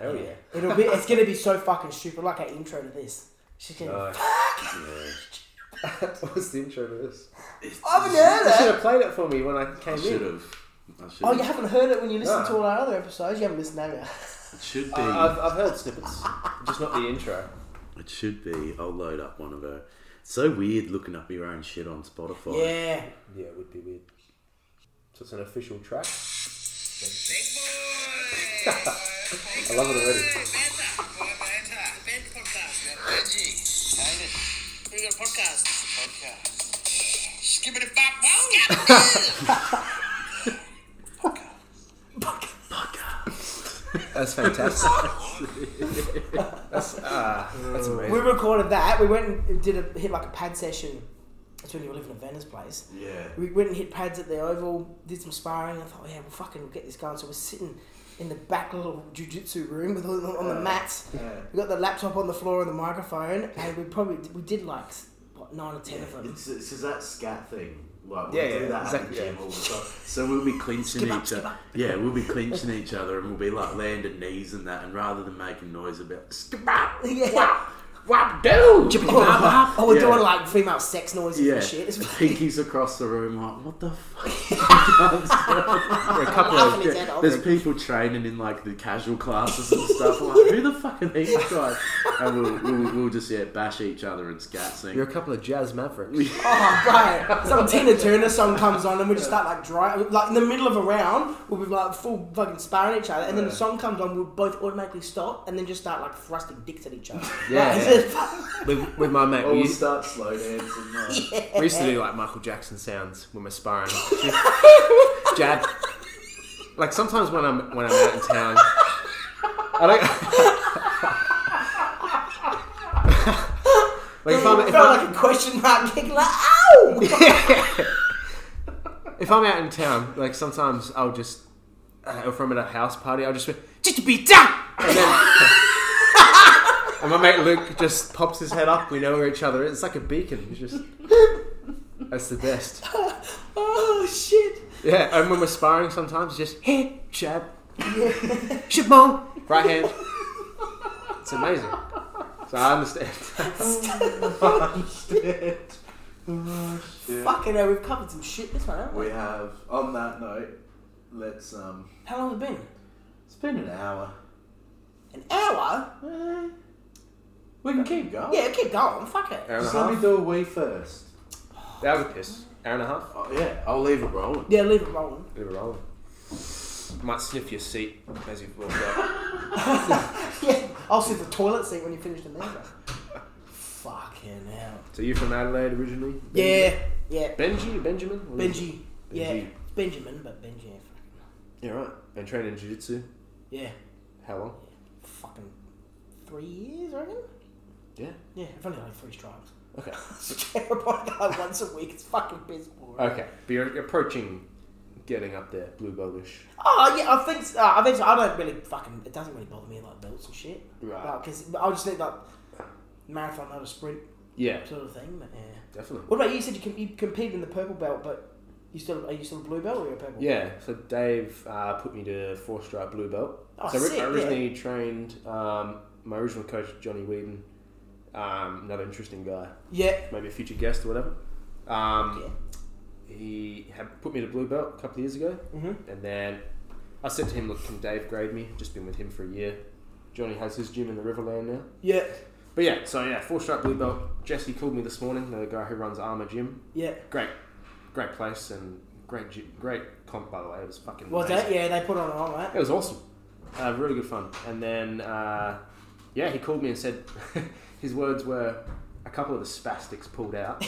Hell yeah!
It'll be it's gonna be so fucking stupid, like our intro to this. She's gonna.
No.
yeah.
What's the intro to this?
It's-
I haven't heard
You
it.
should have played it for me when I came
I should
in.
have. I should
Oh, you haven't heard it when you listen
No.
to all our other episodes. You haven't listened to it.
It should be.
I- I've, I've heard snippets, just not the intro.
It should be. I'll load up one of her. It's so weird looking up your own shit on Spotify.
Yeah.
Yeah, it would be weird. So it's an official track. I love it already. That's fantastic. that's ah, that's amazing.
We recorded that. We went and did a hit like a pad session. That's when you were living at Venice place.
Yeah.
We went and hit pads at the Oval, did some sparring. I thought, yeah, we'll fucking get this going. So we're sitting in the back little jujitsu room with all, on the mats. We got the laptop on the floor and the microphone, and we probably we did like what nine or ten of them.
It's because that scat thing. Like, we
Yeah,
do
yeah,
that
exactly,
at the gym
yeah.
all the time. So we'll be clinching
Skip up,
each
skip
other. Yeah, we'll be clinching each other and we'll be like landing knees and that. And rather than making noise about skip up,
Yeah.
wap, wap, do, jip,
Oh,
wap,
oh, we're
yeah.
doing like female sex noises
yeah.
and shit. It's
Pinkies across the room, like what the fuck?
For a couple
laughing
of
his head off.
There's people training in like the casual classes and stuff. I'm like, who the fuck are these guys? And we'll, we'll, we'll just yeah bash each other and scat sing.
you're a couple of jazz mavericks.
Oh, bro. Some Tina Turner song comes on and we just start like dry, like in the middle of a round, we'll be like full fucking sparring each other, and then the song comes on, we'll both automatically stop and then just start like thrusting dicks at each other.
Yeah,
Like, it's
yeah.
just fucking-
With, with my mate,
Or
we
we'll
used,
start slow dancing. Like,
we used to do like Michael Jackson sounds when we're sparring. Jab. Like sometimes when I'm when I'm out in town, I don't. like if I'm, if
felt
I'm
like a question mark kick, like, ow!
if I'm out in town, like sometimes I'll just, uh, if I'm at a house party, I'll just be, just be down! And, then, and my mate Luke just pops his head up. We know where each other is. It's like a beacon. It's just, that's the best.
oh, shit.
Yeah, and when we're sparring sometimes, just, hey, jab, shibong, right hand. It's amazing. So I understand.
Oh, Fucking hell, we've covered some shit this one, haven't we?
we have. On that note, let's. um
How long has it been?
It's been an hour.
An hour?
Eh, we can keep going.
Yeah, keep going, fuck it.
Hour and a
Just let me
half.
do a wee first.
That was a piss. Hour and a half.
Oh, yeah, I'll leave it rolling.
Yeah, leave it rolling.
Bit of a roll. Might sniff your seat as you walk out.
Yeah, I'll see the toilet seat when you finish the mango. Fucking hell.
So you're from Adelaide originally?
Yeah, yeah.
Benji, Benjamin? What is it?
Benji. Yeah.
Benji.
Benjamin, but Benji.
Yeah, right. And trained in jiu-jitsu.
Yeah.
How long?
Fucking three years, I reckon?
Yeah.
Yeah, I've only had three strikes.
Okay.
It's terrible. I go once a week. It's fucking piss poor.
Okay. But you're approaching getting up there, blue beltish.
Oh, yeah, I think, so. I think so. I don't really fucking, it doesn't really bother me like belts and shit.
Right.
Because I just think like marathon, not a sprint
Yeah.
sort of thing, but yeah.
Definitely.
What about you? You said you, com- you competed in the purple belt, but you still, are you still a blue belt or you're a purple?
Yeah. So Dave uh, put me to four stripe blue belt.
Oh,
so I ri-
sick,
I originally trained um, my original coach Johnny Whedon, um, another interesting guy,
Yeah.
maybe a future guest or whatever. Um,
Yeah.
He had put me to blue belt a couple of years ago.
hmm
And then I said to him, look, can Dave grade me? Just been with him for a year. Johnny has his gym in the Riverland now.
Yeah.
But yeah, so yeah, four stripe blue belt. Jesse called me this morning, the guy who runs Armour Gym.
Yeah.
Great, great place and great, gy- great comp by the way. It was fucking.
Was
amazing.
that? Yeah, they put on all that.
It was awesome. Uh, really good fun. And then, uh, yeah, he called me and said his words were a couple of the spastics pulled out.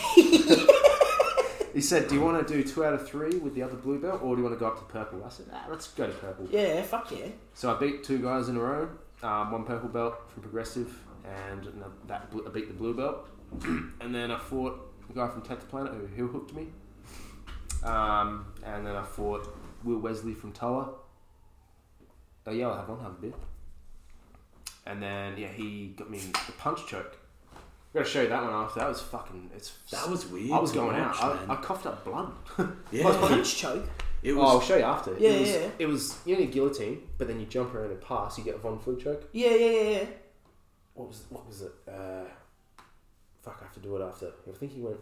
he said, "Do you want to do two out of three with the other blue belt, or do you want to go up to purple?" I said, ah, "Let's go to purple."
Yeah, fuck yeah.
So I beat two guys in a row. Um, one purple belt from Progressive, and another, that bl- I beat the blue belt. and then I fought a guy from Tenth Planet who heel hooked me. Um, and then I fought Will Wesley from Toa. Oh yeah, I'll have one, have a bit. And then yeah, he got me in the punch choke. I gotta show you that one after. That was fucking. It's
That was weird.
I was
to
going
watch,
out.
man.
I, I coughed up blood.
yeah,
Like punch choke.
it
Oh, I'll
was.
show you after.
Yeah,
it was,
yeah.
It was you need a guillotine, but then you jump around and pass. You get a von Flue choke.
Yeah, yeah, yeah, yeah.
What was what was it? Uh, fuck, I have to do it after. I think he went.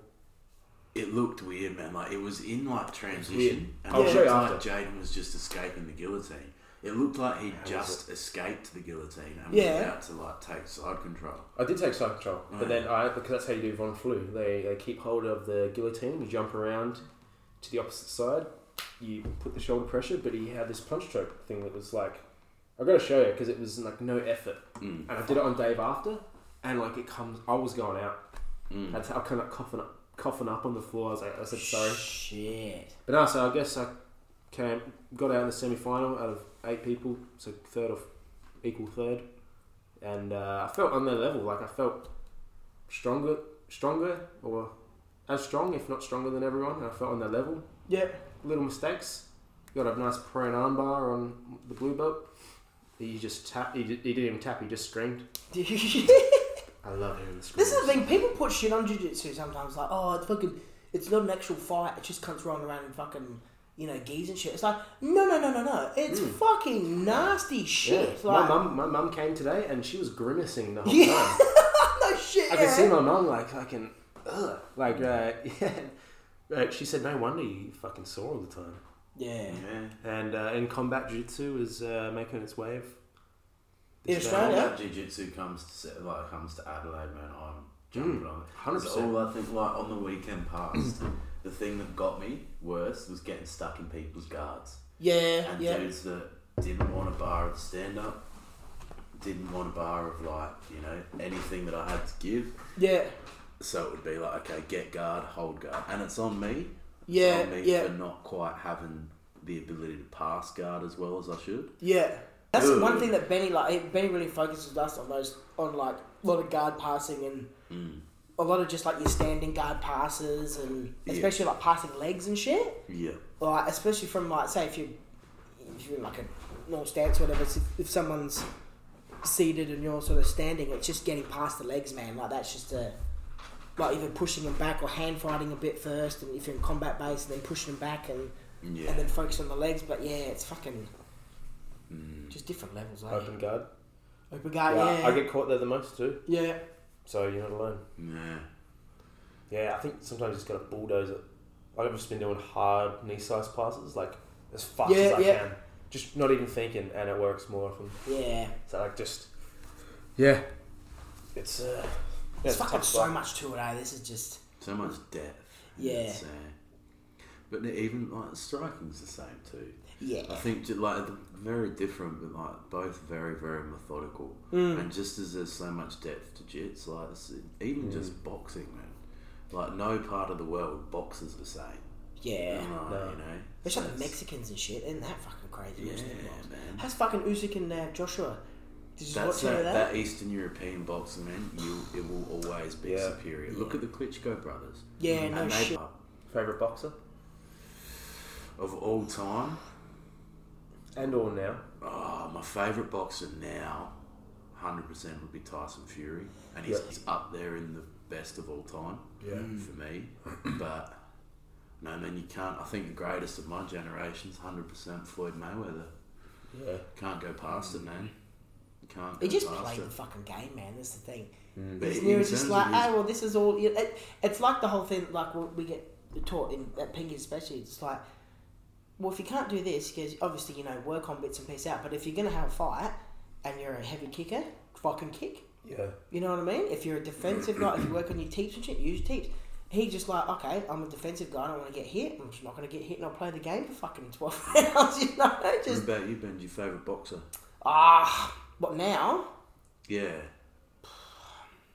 It looked weird, man. Like it was in like
weird.
transition, and
I'll
it
show
looked
you
like
after.
Jaden was just escaping the guillotine. It looked like he
was
just escaped the guillotine and
Yeah.
was about to like take side control.
I did take side control,
Right.
but then I because that's how you do von Flue. They they keep hold of the guillotine. You jump around to the opposite side. You put the shoulder pressure, but he had this punch choke thing that was like, I gotta show you because it was like no effort,
Mm.
and I did it on Dave after, and like it comes. I was going out.
Mm.
That's how I kind of coughing up, coughing up on the floor. I was like, I said sorry.
Shit.
But no, so I guess I came, got out in the semi final out of eight people, so third of equal third, and uh, I felt on their level. Like I felt stronger, stronger, or as strong, if not stronger than everyone. And I felt on their level.
Yep.
Little mistakes. Got a nice prone armbar on the blue belt. He just tap. He, did, he didn't even tap. He just screamed.
this
I love hearing the screams.
is the thing. People put shit on jiu-jitsu sometimes. Like, oh, it's fucking. It's not an actual fight. It just cunts rolling around and fucking. You know, geese and shit. It's like, no, no, no, no, no. It's fucking nasty
Mm. Yeah.
shit.
My
Like,
mum, my mum came today, and she was grimacing the whole
Yeah.
time.
no shit.
I
yeah.
could see my mum like fucking ugh. like uh, yeah. Like, she said, no wonder you fucking sore all the time.
yeah.
Yeah.
And uh, in combat jiu-jitsu is uh, making its wave.
In
This
Australia?
That jiu jitsu comes to Se- like comes to Adelaide, man. I'm jumping on it.
100%.
It's all I think. Like on the weekend past, the thing that got me worse was getting stuck in people's guards
Yeah,
and
yeah.
dudes that didn't want a bar of stand up, didn't want a bar of like you know anything that I had to give.
Yeah.
So it would be like, okay, get guard, hold guard, and it's on me. It's
Yeah,
on me
yeah.
for not quite having the ability to pass guard as well as I should.
Yeah. That's
Ooh.
one thing that Benny like he- Benny really focuses us on those on like a lot of guard passing and
Mm.
a lot of just like your standing guard passes and
Yeah.
especially like passing legs and shit.
Yeah.
Like especially from like say if you if you're in like a normal stance or whatever, if, if someone's seated and you're sort of standing, it's just getting past the legs, man. Like that's just a like either pushing them back or hand fighting a bit first, and if you're in combat base, and then pushing them back and
Yeah.
and then focus on the legs. But yeah, it's fucking just different levels. Like
Mm. Open
open,
guard.
guard,
Yeah,
Uh, yeah,
I get caught there the most too.
yeah,
So you're not alone.
yeah.
Yeah, I think sometimes you just gotta bulldoze it. Like I've just been doing hard knee size passes, like as fast as
Yeah,
I
yeah.
can. Just not even thinking, and it works more often.
yeah.
So like just yeah, it's uh, yeah,
It's
a
fucking
tough
so
fight.
much to it. Eh? This is just
So much depth.
Yeah.
It's, uh, but even like striking's the same too.
yeah,
I think ju- like the- very different, but like both very very methodical.
Mm.
And just as there's so much depth to jits, like it's, even
Mm.
just boxing, man. Like no part of the world boxes the same.
yeah.
Like,
No.
You know,
It's like
So
the Mexicans and shit. Isn't that fucking crazy?
Yeah,
What's their box?
man.
How's fucking Usyk and uh, Joshua? Did you
That's
watch
that,
any of that?
that Eastern European boxing, man. You it will always be
Yeah.
superior. Look at the Klitschko brothers.
Yeah, no
and they-
shit.
Favorite boxer
Of all time,
and or now.
Oh, my favourite boxer now, 100% would be Tyson Fury. And he's,
Yeah.
he's up there in the best of all time
Yeah.
Mm.
for me. But, no, man, you can't. I think the greatest of my generation's 100% Floyd Mayweather.
Yeah.
Can't go past it, man. You can't go
He just
past
played
it.
the fucking game, man. That's the thing.
Mm. But
It's
in
near, it's
terms
just
of
like,
his-
oh, well, this is all. It, it, it's like the whole thing, like what we get taught in at Pinky especially. It's like, well, if you can't do this, because obviously you know work on bits and pieces out. But if you're gonna have a fight and you're a heavy kicker, fucking kick.
Yeah.
You know what I mean? If you're a defensive guy, if you work on your teeps and shit, use your teeps. He just like, okay, I'm a defensive guy. I don't want to get hit. I'm just not gonna get hit, and I'll play the game for fucking twelve rounds. You know, just
What about you, Ben? Your favourite boxer?
ah, what now?
Yeah.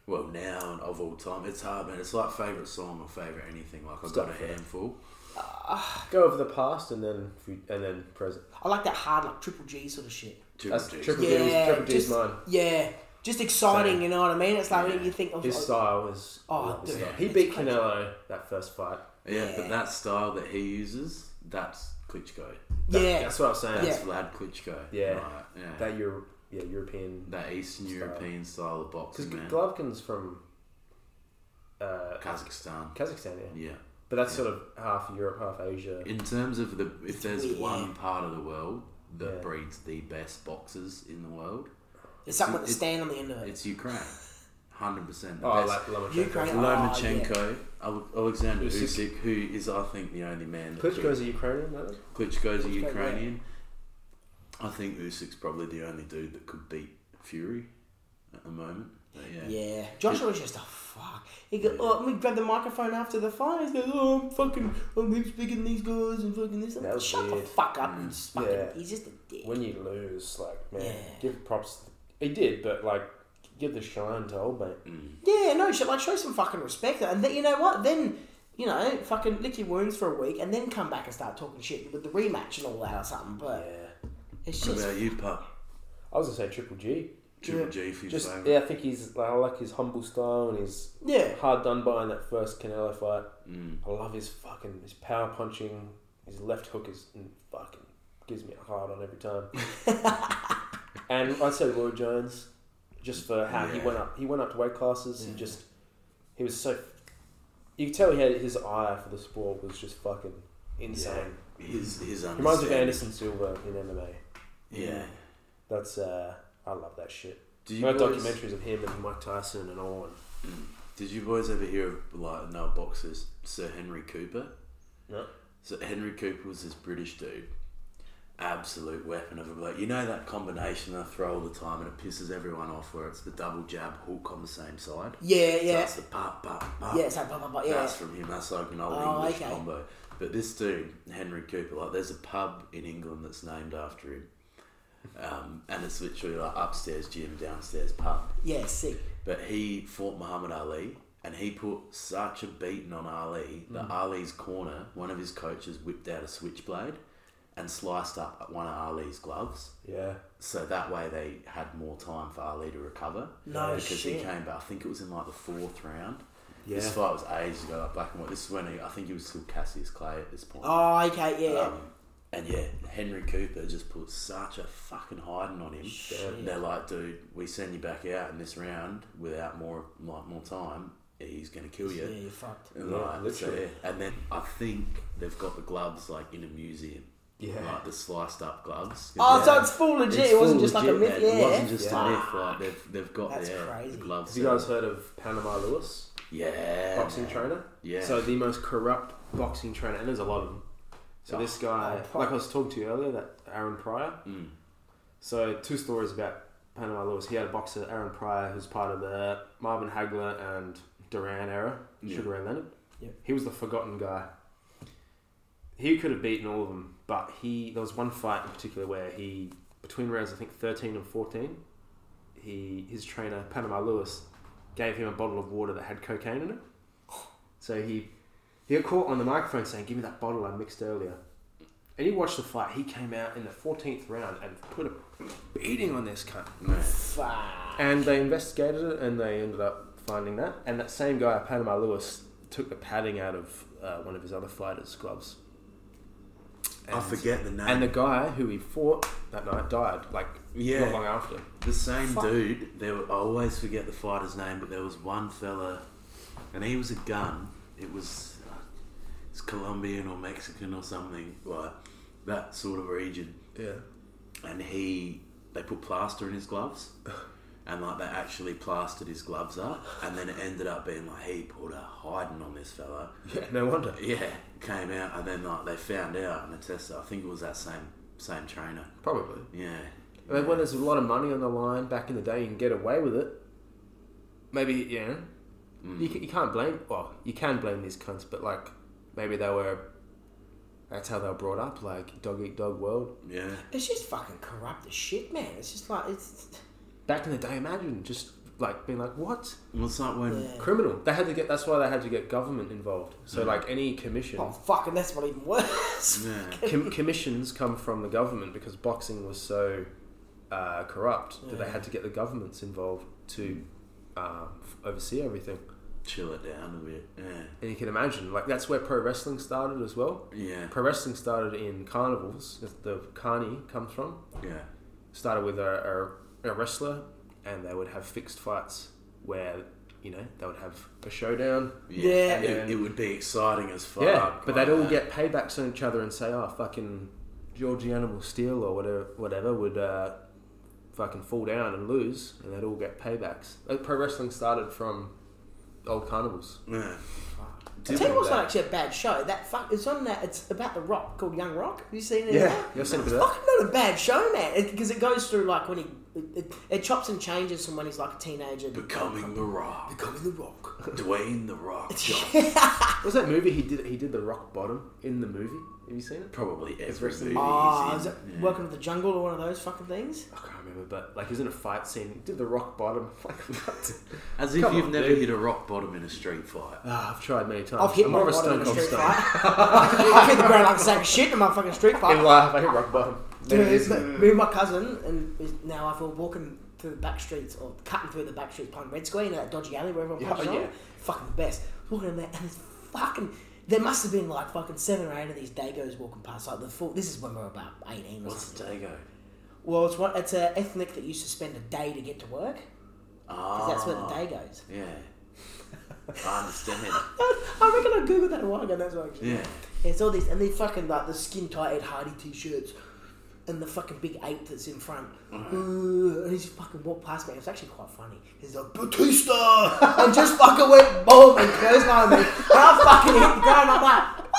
Well, now and of all time, it's hard, man. It's like favourite song or favourite anything. Like, I've got a
Stuff.
handful.
Go over the past and then fu- and then present.
I like that hard, like triple G sort of shit.
Triple
That's
G.
Triple G. D's-
Yeah,
D's
just,
mine.
yeah, just exciting. You know what I mean? It's like
Yeah.
when you think, oh,
His style was.
Oh,
his
dude,
style. he
it's
beat
crazy.
Canelo that first fight.
Yeah, but that style that he uses, that's Klitschko.
Yeah.
That's what I was saying.
Yeah.
That's Vlad Klitschko.
Yeah.
Right, yeah. That,
That Euro- yeah, European.
Eastern
Style.
European style of
Because
boxing, man.
Golovkin's from uh,
Kazakhstan.
Kazakhstan, yeah.
Yeah.
But that's sort of half Europe, half Asia.
In terms of the, if there's
weird.
one part of the world that
Yeah.
breeds the best boxers in the world,
It's something with a
It-
stand on the end of it.
it's Ukraine. 100%. The
oh,
best.
like Lomachenko.
Ukraine. Oh,
Lomachenko, Ale- Alexander
Usyk.
Usyk, who is, I think, the only man. that
Klitschko's a Ukrainian, no?
Klitschko's a
yeah.
Ukrainian. I think Usyk's probably the only dude that could beat Fury at the moment. But yeah.
Yeah. Joshua was just a fuck. He go, oh, let me grab the microphone after the fight. He goes, oh, I'm fucking, I'm heaps bigger than these guys and fucking this.
That was
Shut
weird. Mm.
the fuck up. and just fucking,
Yeah.
He's just a dick.
When you lose, like, man,
Yeah.
give props. He did, but, like, give the shine to old mate.
Mm.
Yeah, no shit. Like, show some fucking respect. And then, you know what? Then, you know, fucking lick your wounds for a week and then come back and start talking shit with the rematch and all that or something. But
Yeah.
it's
What
just.
about you, pup?
I was going to say Triple G.
Triple
Yeah.
G for your
Just,
favourite.
yeah, I think he's, like, I like his humble style and his
Yeah.
hard done by in that first Canelo fight.
Mm.
I love his fucking his power punching. His left hook is mm, fucking gives me a hard on every time. and I'd say Lloyd Jones, just for how he
Yeah.
went up. He went up to weight classes and just he was so. You could tell he had his eye for the sport was just fucking insane.
His, his
He Reminds me of
understanding.
Anderson Silva in MMA.
Yeah.
That's uh, I love that shit.
Do
I got
you boys,
documentaries of him and Mike Tyson and all. And
Did you boys ever hear of like no boxers Sir Henry Cooper?
No.
So Henry Cooper was this British dude, absolute weapon of a bloke. You know that combination I throw all the time and it pisses everyone off, where it's the double jab hook on the same side.
Yeah,
So
yeah.
it's the pop, pop, pop.
Yeah, it's like, blah, blah, blah. Yeah.
That's from him. That's like an old
Oh,
English
okay.
combo. But this dude, Henry Cooper, like there's a pub in England that's named after him. Um, and it's literally like upstairs gym, downstairs pub.
Yeah, sick.
But he fought Muhammad Ali and he put such a beating on Ali
Hmm.
that Ali's corner, one of his coaches whipped out a switchblade and sliced up one of Ali's gloves.
yeah,
So that way they had more time for Ali to recover.
No
because he
shit.
came back. I think it was in like the fourth round.
yeah.
This fight was ages ago, like black and white. This is when he, I think he was still Cassius Clay at this point.
Oh, okay, yeah. yeah.
Um, and yeah, Henry Cooper just put such a fucking hiding on him. And they're like, dude, we send you back out in this round without more like more time. He's gonna kill
yeah,
you.
you're fucked.
And,
Yeah,
like, so,
literally.
yeah. and then I think they've got the gloves like in a museum.
Yeah.
Like the sliced up gloves.
Oh,
Yeah.
so it's full legit. it wasn't
full
just like a
legit,
myth.
man.
Yeah.
It wasn't just
Yeah.
a myth. Like they've they've got
That's
yeah,
crazy.
the gloves.
Have you guys heard of Panama Lewis?
yeah,
boxing
man.
trainer.
Yeah.
So the most corrupt boxing trainer, and there's a lot of them. So this guy,
oh,
like I was talking to you earlier, that Aaron Pryor.
Mm.
So two stories about Panama Lewis. He had a boxer, Aaron Pryor, who's part of the Marvin Hagler and Duran era,
Yeah.
Sugar Ray Leonard.
Yep.
He was the forgotten guy. He could have beaten all of them, but he there was one fight in particular where he between rounds I think thirteen and fourteen, he his trainer Panama Lewis gave him a bottle of water that had cocaine in it. So he he got caught on the microphone saying, "Give me that bottle I mixed earlier." And you watch the fight. He came out in the fourteenth round and put a beating on this cunt.
Man.
Fuck.
And they investigated it, and they ended up finding that. And that same guy, Panama Lewis, took the padding out of uh, one of his other fighters' gloves.
I forget the name.
And the guy who he fought that night died, like
Yeah.
not long after.
The same
Fuck.
dude. There, were, I always forget the fighter's name, but there was one fella, and he was a gun. It was, uh, it's Colombian or Mexican or something, like that sort of region.
Yeah.
And he, they put plaster in his gloves, and like they actually plastered his gloves up, and then it ended up being like he put a hiding on this fella.
Yeah. No wonder.
Yeah, came out, and then like they found out and the tester. I think it was that same same trainer.
Probably.
Yeah.
I mean, when there's a lot of money on the line back in the day, you can get away with it. Maybe yeah,
Hmm.
you, ca- you can't blame. Well, you can blame these cunts, but like maybe they were. That's how they were brought up, like dog eat dog world.
Yeah.
It's just fucking corrupt as shit, man. It's just like it's.
Back in the day, imagine just like being like, what
Well, it's like when.
Yeah. Hmm.
criminal? They had to get. That's why they had to get government involved. So like any commission,
Oh fuck, and that's what even worse.
yeah.
com- commissions come from the government because boxing was so uh, corrupt that they
Yeah.
had to get the governments involved to um, f- uh, oversee everything.
chill it down a bit. Yeah.
And you can imagine, like that's where pro wrestling started as well.
Yeah.
Pro wrestling started in carnivals. that's The carny comes from
Yeah.
started with a, a, a wrestler, and they would have fixed fights where you know they would have a showdown.
Yeah.
Yeah,
And-
It, it would be exciting as fuck.
yeah, but
like
they'd all
that.
get paybacks on each other and say, "Oh, fucking Georgiana will steal or whatever, whatever would uh, fucking fall down and lose," and they'd all get paybacks. Like, pro wrestling started from old carnivals.
Yeah.
I tell you what's
that.
not actually a bad show. That fuck, it's on that. It's about the Rock called Young Rock. Have you seen it?
you ever seen a
It's
bit of that?
fucking not a bad show, man. Because it, goes through like when he it, it, it chops and changes from when he's like a teenager. to-
Becoming the Rock.
becoming the Rock.
Dwayne the Rock. Johnson.
Was that movie he did? He did the rock bottom in the movie. Have you seen it?
Probably every
recent.
movie. he's
Ah,
in.
is it
Yeah.
Welcome to the Jungle or one of those fucking things?
I can't remember, but like, isn't a fight scene? He did the rock bottom? Like what?
As if
Come
you've
on,
never
dude.
hit a rock bottom in a street fight.
Ah, I've tried many times.
I've hit
I'm
my
more of a
bottom in
stone
a
cold
street
stone.
fight. I hit the ground like a sack of shit in my fucking street
In
fight.
life, I hit rock bottom. Then it
Dude,
is-
but me and my cousin, and is- now I feel walking through the back streets or cutting through the back streets behind Red Square, you know that dodgy alley where everyone
Yeah,
punches
oh,
on?
yeah.
Fucking the best. Walking in there, and it's fucking. There must have been like fucking seven or eight of these dagos walking past. Like the full. This is when we were about 18 or
What's
something.
the Dago?
Well, it's what it's a ethnic that used to spend a day to get to work.
Ah,
Because that's where the
Ah.
day goes.
Yeah, I understand.
I reckon I googled that a while ago. That's why. actually.
Yeah,
It's all these, and they fucking like the skin tight Ed Hardy t-shirts, and the fucking big ape that's in front. Ooh, and he just fucking walked past me. It was actually quite funny. He's like Batista, and just fucking went boom and clotheslined me. And I fucking hit the ground. I'm like,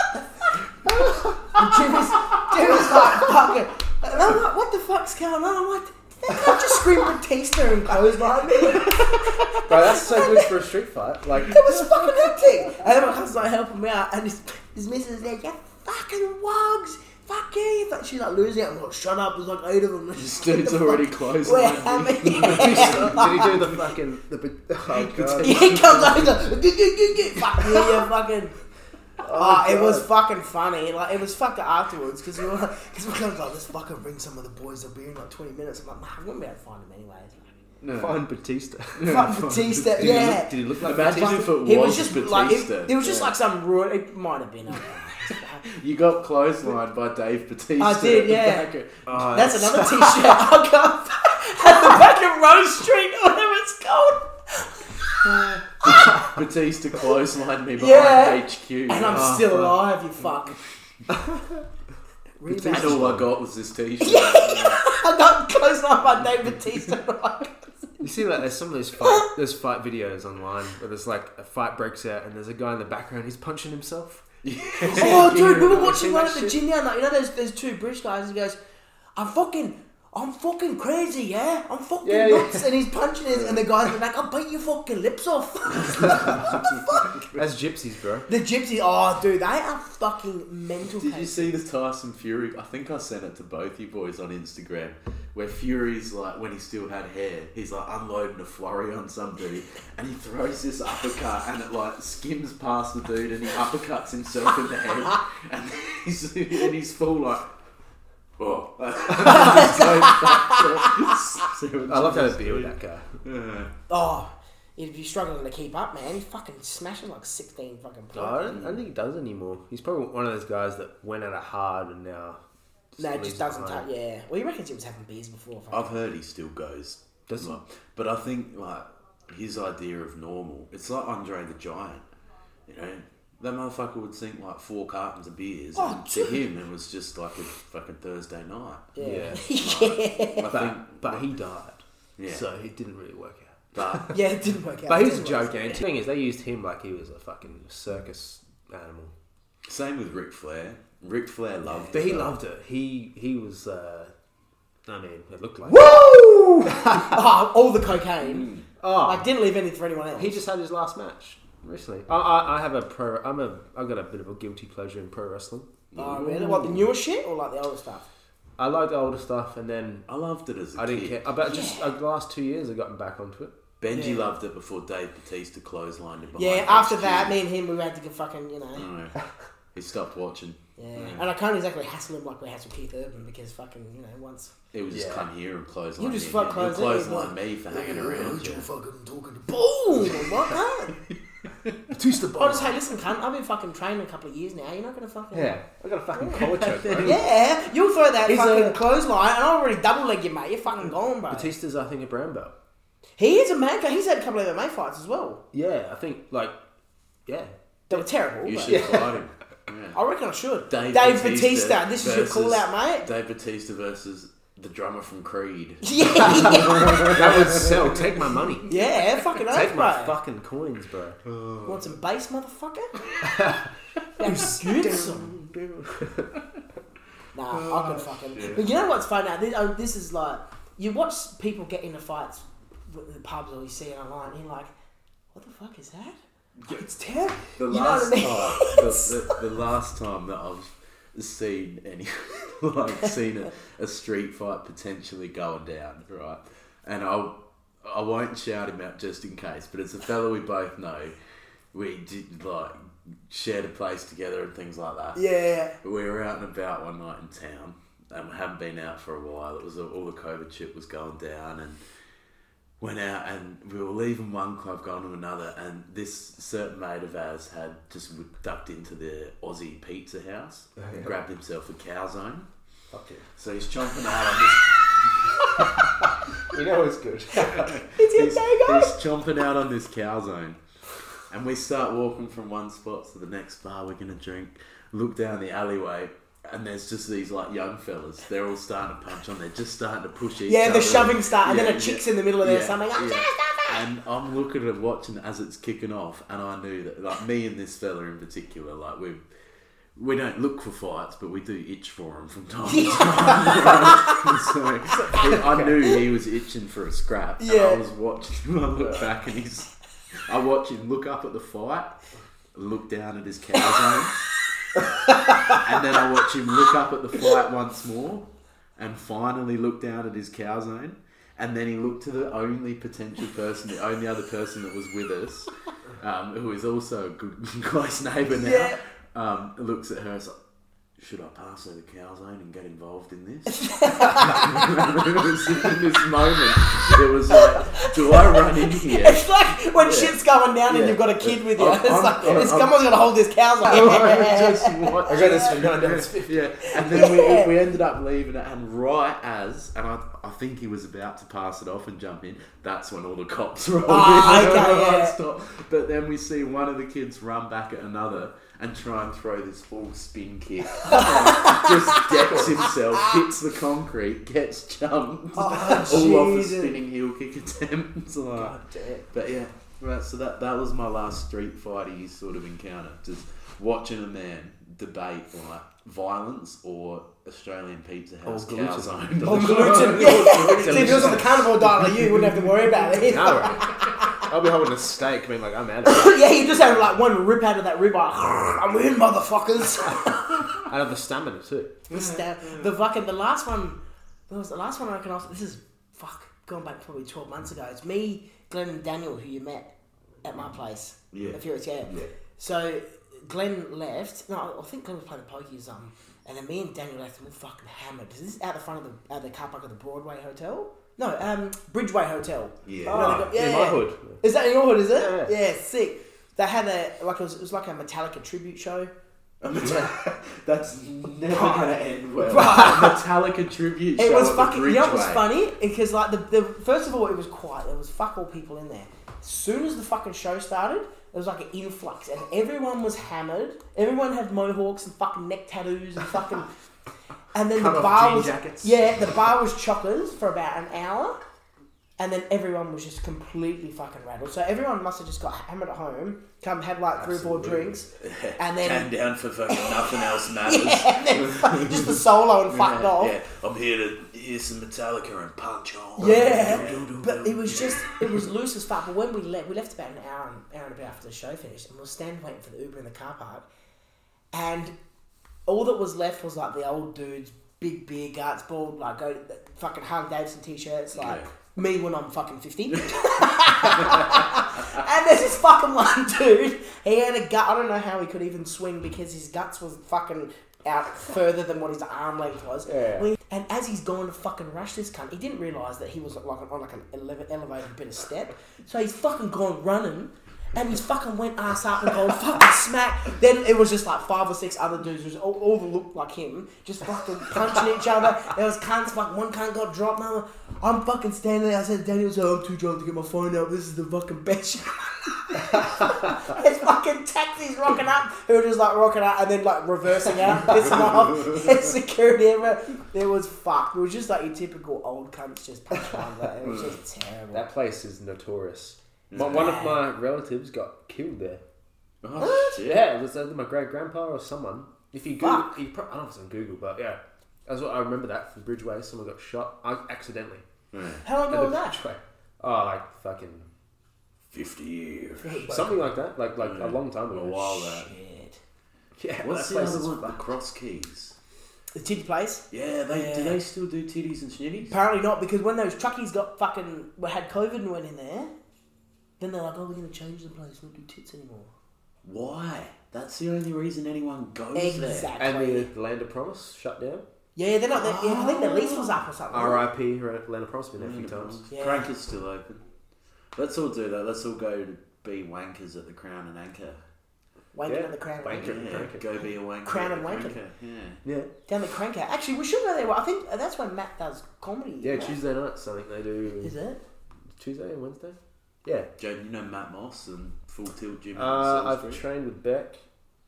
what the fuck? And Jimmy's, Jimmy's like fucking, and I'm like, what the fuck's going on? I'm like. They can't just scream Batista and clothesline me. It
Bro, that's so good for a street fight. Like,
was fucking hectic. And then my cousin's like helping me out, and his, his missus is like, "Yeah, fucking wogs, fuck you." But she's like losing it. I'm like, "Shut up!" There's like eight of them.
this dude's already close.
Where how many?
did he do the fucking the? big- Oh god!
Yeah, he comes out. He's like, "Git, git, git, git." fuck you, you fucking. Oh, it was fucking funny. Like it was fucking afterwards because we were because we were kind of like, "Let's fucking bring some of the boys up here in like 20 minutes." I'm like, "Nah, "I'm gonna be able to find them anyway."
No.
Find Batista.
Fuck Batista,
Did he look-
yeah.
did he look like
Imagine
Batista?
if it was,
He was just
Batista.
like it, it was just
Yeah.
like some ruin. It might have been. I don't know.
you got clotheslined by Dave Batista.
I did,
at the
yeah.
back of-
oh,
That's another t-shirt. I'll go at the back of Rose Street or whatever it's called.
Batista clotheslined me behind
Yeah.
HQ,
And I'm
Oh,
Ah,
still
fuck.
alive, you fuck. Rematch.
And all I got was this T-shirt.
I got close enough by Dave Batista.
You see, like, there's some of those fight, there's fight videos online where there's like a fight breaks out and there's a guy in the background who's punching himself.
oh, dude, we were
Have you
watching
seen
one
that
at the
shit?
gym the other night. You know, there's, there's two British guys. He goes, I'm fucking, I'm fucking crazy, yeah? I'm fucking
Yeah, yeah.
nuts. And he's punching his, and the guy's in the back, I'll bite your fucking lips off.
That's gypsies, bro.
the gypsy, oh, dude, they are fucking mental.
Did you
cases.
see the Tyson Fury? I think I sent it to both you boys on Instagram. Where Fury's like, when he still had hair, he's like unloading a flurry on some dude, and he throws this uppercut, and it like skims past the dude, and he uppercuts himself in the head, and he's and he's full like, oh.
I love how they deal with that guy.
Oh, he'd be struggling to keep up, man. He's fucking smashing like 16 fucking points.
No, I don't, I don't think he does anymore. He's probably one of those guys that went at it hard and now.
no, it just
leaves
doesn't touch.
behind.
Yeah. Well, you reckon he was having beers before? fucking-
I've heard he still goes.
Does he?
like, But I think like his idea of normal, it's like Andre the Giant. You know, that motherfucker would sink like four cartons of beers.
Oh,
and to
dude.
him, it was just like a fucking Thursday night.
yeah.
I think,
But, but he died.
Yeah.
So it didn't really work out.
but
Yeah, it didn't work out.
But he was
It
gigantic. The thing is, they used him like he was a fucking circus animal.
same with Ric Flair. Ric Flair loved.
But he
it.
loved it. He he was. Uh, I mean, it looked like.
Woo! oh, all the cocaine.
Oh,
Like, didn't leave anything for anyone else.
he just had his last match recently. I, I, I have a pro. I'm a. I've got a bit of a guilty pleasure in pro wrestling.
Oh, really? What, the newer shit or like the older stuff?
I like the older stuff, and then
I loved it as a
I didn't
kid.
care. About just uh, the last two years, I've gotten back onto it.
Benji
Yeah.
loved it before Dave Batista clotheslined him. Behind
Yeah, after
HQ.
that, me and him, we had to get fucking, you know.
I don't know. He stopped watching.
Yeah. And I can't exactly hassle him like we hassle Keith Urban because fucking, you know, once.
It was just
Yeah.
come here and clothesline.
You just
me.
fuck
He'll
clothesline
clothesline
me.
me for hanging around.
you
yeah.
fucking talking to. Boom! what?
Twist the
I'll just hey, listen, cunt. I've been fucking training a couple of years now. You're not gonna fucking
Yeah, I got a fucking collar choke, bro.
Yeah, you'll throw that
He's
fucking
a-
clothesline, and I'll already double leg you, mate. You're fucking gone, bro.
Batista's, I think, a brown belt.
He is a man. He's had a couple of MMA fights as well.
Yeah, I think, like, yeah.
They were terrible.
You
but-
should fight him. Yeah.
I reckon I should.
Dave,
Batista. This is your
versus-
call out, mate.
Dave Batista versus the drummer from Creed.
yeah,
That would sell. Take my money.
yeah, fucking
Take
oath,
my
bro.
fucking coins, bro.
Want some bass, motherfucker? That's good. son. Nah, I can fucking. But you know what's funny? Now? This, oh, this is like you watch people get into fights with the pubs, or you see it online, and you're like, "What the fuck is that? It's terrible."
The
You know
last
what I mean?
time, the, the, the last time that I've seen any, like seen a, a street fight potentially going down, right? And I, I won't shout him out just in case, but it's a fellow we both know. We did like shared a place together and things like that.
Yeah.
But we were out and about one night in town, and we hadn't been out for a while. It was all the COVID shit was going down, and went out and we were leaving one club going to another and this certain mate of ours had just ducked into the Aussie pizza house and grabbed himself a calzone
Fuck yeah.
Oh, so he's chomping hard on this
You know it's good.
It's
he's,
Diego.
he's chomping out on this calzone and we start walking from one spot to the next bar we're gonna drink look down the alleyway and there's just these like young fellas they're all starting to punch on they're just starting to push each
Yeah, the
other.
shoving start, and
Yeah,
then a chick's
yeah.
in the middle of there
Yeah,
something. I'm "Ah,
yeah.
just
And I'm looking at watching as it's kicking off, and I knew that, like me and this fella in particular, like we we don't look for fights, but we do itch for them from time to time. so I knew he was itching for a scrap. And
Yeah.
I was watching him. I look back and he's. I watch him look up at the fight, look down at his cow zone, and then I watch him look up at the fight once more, and finally look down at his cow zone, and then he looked to the only potential person, the only other person that was with us, um, who is also a good close neighbour now.
Yeah.
Um, looks at her and is like, should I pass her the cow zone and get involved in this? it was in this moment, it was like, do I run in here?
It's like when shit's going down and
Yeah.
you've got a kid with you.
I'm-
it's
I'm-
like,
I'm-
this
I'm-
someone's gonna hold this cow's like,
I just watched
I got this for nine dollars.
yeah, and then
Yeah.
we, we ended up leaving it, and right as, and I, I think he was about to pass it off and jump in, that's when all the cops rolled
Ah,
in.
okay,
And everyone
yeah.
stopped. But then we see one of the kids run back at another and try and throw this full spin kick. just decks himself, hits the concrete, gets jumped, all off a
Oh, Jesus.
spinning heel kick attempt. Like, but yeah, right. So that that was my last street fighty sort of encounter. Just watching a man debate like violence or Australian pizza house
Or
cow
gluten.
zone.
Or gluten. Yeah. See, if it was on the carnival diet like you, you wouldn't have to worry about it.
Now, I'll be holding a steak, being like, I'm out of it.
yeah, you just have like one rip out of that ribeye. I'm in, motherfuckers.
I have the stamina too.
the, stab, the fucking the last one. What was the last one I reckon? I was, this is fuck going back probably twelve months ago. It's me, Glenn, and Daniel, who you met at my place.
Yeah.
If you're yeah.
Yeah.
So Glenn left. No, I think Glenn was playing the pokey or something. And then me and Daniel left, and we were fucking hammered. Is this out the front of the out the car park of the Broadway Hotel? No, um, Bridgeway Hotel.
Yeah.
You know, they got-
in my hood.
Is that in your hood? Is it?
Yeah.
sick. They had a like it was, it was like a Metallica tribute show.
That's never gonna end well. Metallica tribute.
It
show
was
at the
fucking. You know what was
Bridgeway.
funny? Because like the, the first of all, it was quiet. There was fuck all people in there. As soon as the fucking show started, there was like an influx, and everyone was hammered. Everyone had mohawks and fucking neck tattoos and fucking. And then the
Cut-off
bar
jean
was
jackets.
yeah, the bar was chockers for about an hour, and then everyone was just completely fucking rattled. So everyone must have just got hammered at home, come had like three or four
Absolutely.
drinks, and
Came
then
down for fucking nothing else matters.
and then fucking just the solo and fucked
Yeah,
off.
yeah. I'm here to hear some Metallica and punch on.
Yeah, but it was just it was loose as fuck. But when we left, we left about an hour and hour and a bit after the show finished, and we were standing waiting for the Uber in the car park, and all that was left was like the old dudes, big beer guts, bald, like go fucking Harley Davidson t-shirts, like
Yeah.
me when I'm fucking fifty. and there's this fucking one dude. He had a gut. I don't know how he could even swing because his guts was fucking out further than what his arm length was.
Yeah.
When- And as he's going to fucking rush this cunt, he didn't realise that he was like on like an elev- elevated bit of step. So he's fucking gone running. And he fucking went ass up and go fucking smack. Then it was just like five or six other dudes who all, all looked like him, just fucking punching each other. There was cunts, like one cunt got dropped. And I'm, like- I'm fucking standing there. I said, Daniel, oh, I'm too drunk to get my phone out. This is the fucking best shit it's fucking taxis rocking up, who are just like rocking out and then like reversing out, pissing off. It's security everywhere. It was fucked. It was just like your typical old cunts just punch one another. It was just terrible.
That place is notorious. My, one of my relatives got killed there.
Oh, shit.
Yeah, it was either my great grandpa or someone. If you Google,
Fuck.
you pro- I don't know if it's on Google, but yeah, that's what I remember that from Bridgeway. Someone got shot I, accidentally.
How long
at
ago was
the
that?
Bridgeway. Oh, like fucking
50 years.
something like that, like like
Yeah.
a long time
A
ago.
while back.
Shit.
Yeah,
What's
that
the
place
other
is
one? The
fucked.
cross keys.
The titty place?
Yeah, they do
Yeah.
they still do titties and schnitties?
Apparently not, because when those truckies got fucking well, had COVID and went in there, then they're like, oh, we're gonna change the place, not do tits anymore.
Why? That's the only reason anyone goes there.
Exactly.
And the Land of Promise shut down.
yeah, they're not. They're, yeah, I think the lease was up or something.
R.I.P. Land of Promise been there a few times.
Yeah.
Crank is still open. Let's all do that. Let's all go to be wankers at the Crown and Anchor.
Wanking
Yeah.
at the crown.
Wanking. Anchor,
yeah,
Crank it.
go be a wanker.
Crown
at
and
the
Wanker.
Cranker, Yeah.
Yeah,
Down the cranker. Actually, we should go there. Well, I think that's when Matt does comedy.
yeah.
Matt.
Tuesday nights, I think they do.
Is it?
Tuesday and Wednesday? Yeah.
Joe, you know Matt Moss and Full Tilt
Uh,
Gym. on
I've
Salisbury?
trained with Beck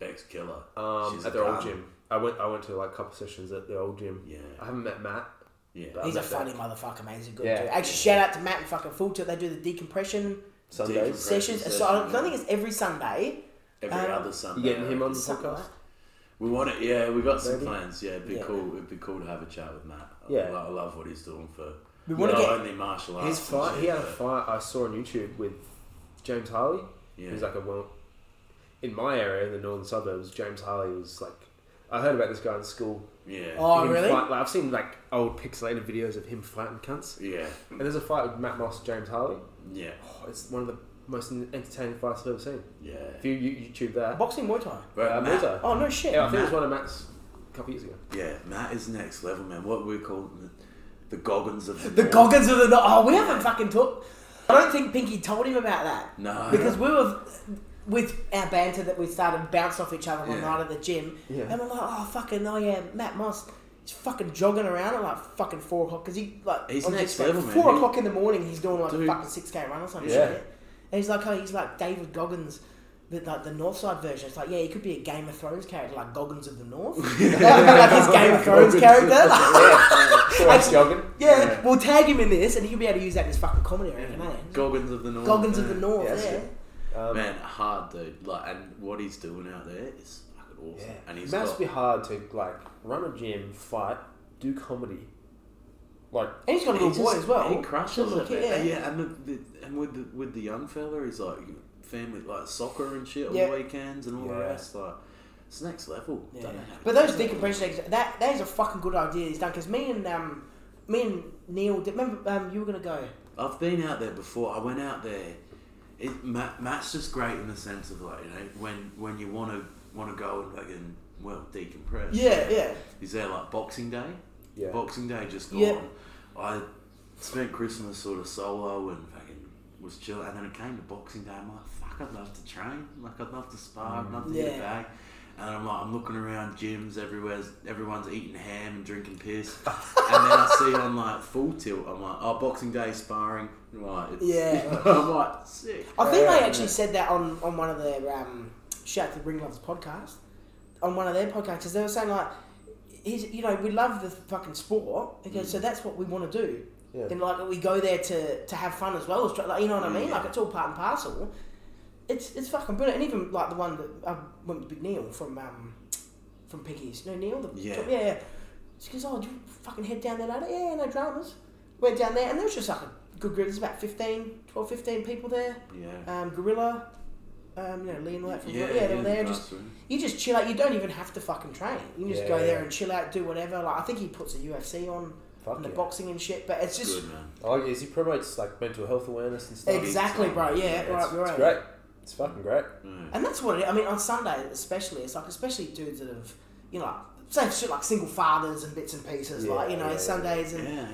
Beck's killer.
um,
She's
at
a
the old
gun.
gym. I went. I went to like a couple sessions at the old gym.
Yeah.
I haven't met Matt.
Yeah.
But-
He's a
Matt
funny motherfucker, man. He's a good
Yeah.
dude. Actually, shout out to Matt and fucking Full Tilt. They do the decompression
Sundays.
Decompression
sessions.
session,
so I don't,
yeah.
think it's every Sunday.
Every
Um,
other
You
Sunday.
getting him on the
Something
podcast?
like-
We want it. Yeah, we got some
Maybe.
plans. Yeah, it'd be
Yeah.
cool. It'd be cool to have a chat with Matt. I
Yeah.
lo- I love what he's doing for.
We wanna
not
get-
only martial arts.
His
and
fight.
shit,
He had a
but-
fight I saw on YouTube with James Harley.
Yeah.
He's like a well. In my area, in the northern suburbs, James Harley was like. I heard about this guy in school.
Yeah.
Oh,
Him
really?
fight- like, I've seen like old pixelated videos of him fighting cunts.
Yeah.
And there's a fight with Matt Moss, James Harley.
Yeah.
Oh, it's one of the most entertaining fights I've ever seen.
Yeah.
If you you- YouTube that,
Boxing Muay Thai.
Right,
uh, Muay
Matt,
Thai.
Oh, no shit.
Yeah, I think it was one of Matt's a couple years ago.
yeah, Matt is next level, man. What we call the, the Goggins of the,
The
North.
Goggins of the North. Oh, we haven't fucking talked. I don't think Pinky told him about that.
No.
Because we were with our banter that we started bouncing off each other one
Yeah.
night at the gym,
Yeah.
and we're like, oh fucking, oh yeah, Matt Moss. He's fucking jogging around at like fucking four o'clock because he like
He's
on the
next
Instagram,
level, man.
Four
He-
o'clock in the morning, he's doing like
Dude.
fucking six k run or something.
Yeah.
shit. And he's like, oh, he's like David Goggins, but like the Northside version. It's like, yeah, he could be a Game of Thrones character, like Goggins of the North, like his Game of Thrones
Goggins.
character. Like,
So it's jogging.
yeah, we'll tag him in this, and he'll be able to use that in his fucking comedy, I reckon, eh?
Goggins of the North.
Goggins of the
man.
North,
Yeah,
yeah.
that's good. Um,
Man, hard dude. Like, and what he's doing out there is fucking awesome.
yeah.
And he's
must
got
be hard to like run a gym, fight, do comedy. Like
And he's got a
He
little boy
just-
as well.
He crushes
Little
it.
kid,
Yeah,
yeah.
yeah and, the, the, and with the, with the young fella, he's like family, like soccer and shit
Yeah.
all weekends and all the
Yeah.
rest. Like, it's next level.
Yeah.
Don't know how he
But those
does it.
decompression eggs, that that is a fucking good idea he's done because me and um me and Neil did, remember um you were gonna go.
I've been out there before. I went out there. It, Matt, Matt's just great in the sense of like you know when when you want to want to go and like and well decompress.
Yeah, yeah.
He's there like Boxing Day.
Yeah.
Boxing Day just gone.
Yeah.
I spent Christmas sort of solo and fucking was chill. And then it came to Boxing Day. I'm like, fuck, I'd love to train. Like, I'd love to spar. I'd love to get
Yeah.
a bag. And I'm like, I'm looking around gyms everywhere. Everyone's eating ham and drinking piss. and then I see on like Full Tilt, I'm like, oh, Boxing Day sparring. Right. It's,
Yeah. Uh,
I'm like, sick.
I think they
Yeah.
actually said that on, on one of their um shout out to the Ring Loves podcast on one of their podcasts 'cause they were saying like. He's, you know, we love the fucking sport. Okay, so that's what we want to do.
Yeah.
Then, like, we go there to, to have fun as well as, try- like, you know what I mean?
Yeah.
Like, it's all part and parcel. It's it's fucking brilliant. And even like the one that I went with Big Neil from um from Piggies. No Neil, the
Yeah.
yeah. yeah. She goes, oh, do you fucking head down there ladder? Yeah, no dramas. Went down there and there was just like a good group. There's about 15, 12, 15 people there.
Yeah.
Um, Gorilla, um, you know, Lee and all that from Gorilla. Yeah, they were
the
there. Just
classroom.
you just chill out. You don't even have to fucking train. You just
Yeah,
go
yeah.
there and chill out, do whatever. Like I think he puts a UFC on,
Fuck
and the
yeah.
boxing and shit. But it's just
Good, man.
I like it, is Oh, he promotes like mental health awareness and stuff.
exactly, bro. Yeah,
Yeah,
right,
it's-
you're
It's
right.
great. It's fucking great.
Yeah.
And that's what it, I mean on Sunday especially. It's like especially dudes that have you know like, say shit like single fathers and bits and pieces
Yeah,
like you know
yeah, yeah.
Sundays and
Yeah.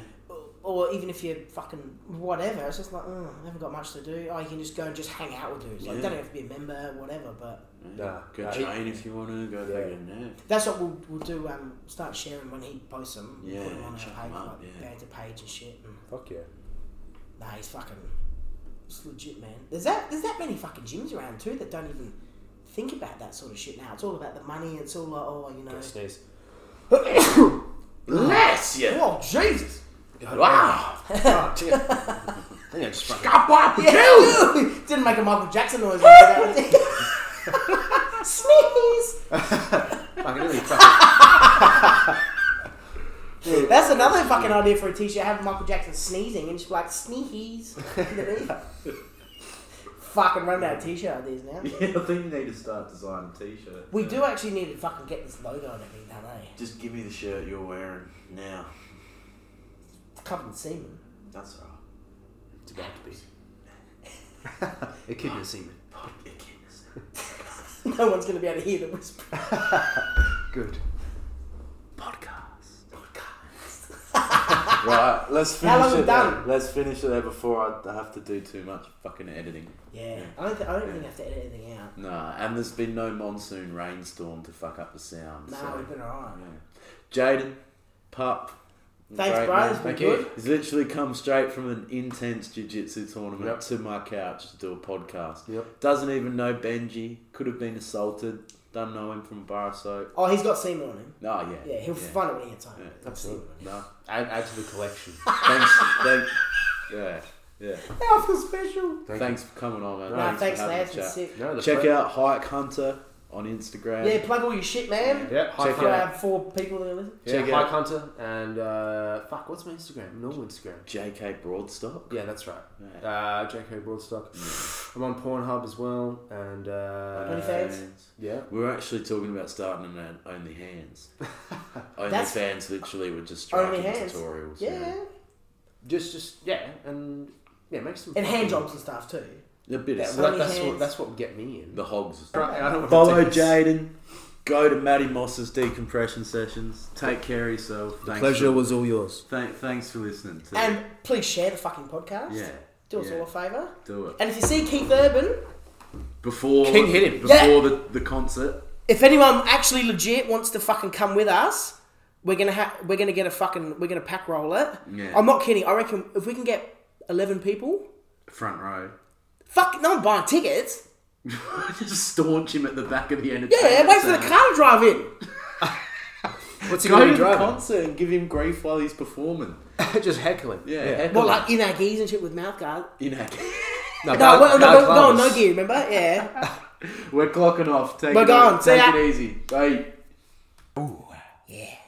or even if you're fucking whatever, it's just like, mm, I haven't got much to do. Oh, you can just go and just hang out with dudes. Like,
Yeah.
don't have to be a member, whatever. But
Nah,
Go
nah,
train if you want to. Go
Yeah.
fucking yeah.
that's what we'll, we'll do. Um, start sharing when he posts them.
Yeah,
put them on our
chuck 'em
page,
up,
like,
yeah.
banter page and shit. And,
Fuck yeah.
nah, he's fucking, it's legit, man. There's that. There's that many fucking gyms around too that don't even think about that sort of shit now. It's all about the money. It's all like, oh, you know,
Gotta sneeze.
Bless you.
oh Jesus.
Wow.
God damn. I think I just fucking
Yeah, ew. Didn't make a Michael Jackson noise. when I did that. Sneeze.
fucking really fucking.
That's another fucking idea for a t-shirt. Have Michael Jackson sneezing and just be like sneeze. underneath. fucking run out of t-shirt ideas now.
Yeah, I think you need to start designing t-shirts.
We do actually need to fucking get this logo and everything done, eh?
Just give me the shirt you're wearing now.
Covered in semen.
That's all.
It's about to be. it could be a semen.
Fuck your kids.
No one's gonna be able to hear the whisper.
Good.
Podcast. Podcast. right, let's finish
How long we
it.
done?
there. Let's finish it there before I have to do too much fucking editing.
Yeah, I don't. Th- I don't think I have to edit anything out.
Nah, and there's been no monsoon rainstorm to fuck up the sound.
Nah,
so,
we've been alright.
yeah. Jaden, pup.
Thanks,
great
bro.
man.
This has been
Thank you.
good.
He's literally come straight from an intense jiu-jitsu tournament
Yep.
to my couch to do a podcast.
Yep.
Doesn't even know Benji. Could have been assaulted. Don't know him from a bar of soap.
Oh, he's got semen on him.
Oh, yeah.
Yeah, he'll find it when he gets home.
Yeah,
He's got
absolutely.
semen on him.
No.
Add, add to the collection.
Thanks. thank, yeah. Yeah.
Yeah, I feel special.
Thank
thanks for coming on, man.
No,
Thanks for
thanks,
having
lads.
a
It's
chat.
sick.
you. No, the
Check
fir-
out Hike Hunter on Instagram.
Yeah, plug all your shit, man.
Yeah, Hike
Check
For
Hunter.
our four people that listen.
Yeah,
Check
Hike
out-
Hunter and uh, fuck, what's my Instagram? Normal Instagram.
JK Broadstock.
Yeah, that's right.
Yeah.
Uh, JK Broadstock. I'm on Pornhub as well, and
Only
uh,
OnlyFans. fans?
yeah,
We were actually talking about starting an ad- Only Hands. only
That's-
Fans literally were just
Only
striking
Hands.
tutorials.
Yeah.
just just yeah, and yeah, make some
And hand
fucking-
jobs and stuff too.
A bit
Yeah,
of
well,
Only
that's what
hands.
that's what would get me in.
the hogs.
Right, I don't wanna
Follow
take this.
Jaden. Go to Maddie Moss's decompression sessions. Take care of yourself. Thanks for,
was all yours.
thank, thanks for listening. To,
And please share the fucking podcast.
yeah,
Do us
yeah.
all a favour.
do it
And if you see Keith Urban,
before
King hit him.
before
Yeah.
the, the concert.
if anyone actually legit wants to fucking come with us, we're gonna ha- we're gonna get a fucking we're gonna pack roll it.
Yeah.
I'm not kidding. I reckon if we can get eleven people,
Front row.
fuck, no one buying tickets.
Just staunch him at the back of the entertainment.
Yeah, wait for the
centre.
car to drive in.
What's he
Go
going to
to the
drive?
concert and give him grief while he's performing.
just heckling.
Yeah.
heckling.
Well, like in our geese and shit with mouth guard.
You know.
no,
No,
bad-
well, no,
bad
no, no,
clothes.
no gear. Remember? Yeah.
We're clocking off. Take
We're
it,
gone. See
Take
ya.
it easy. Bye.
yeah.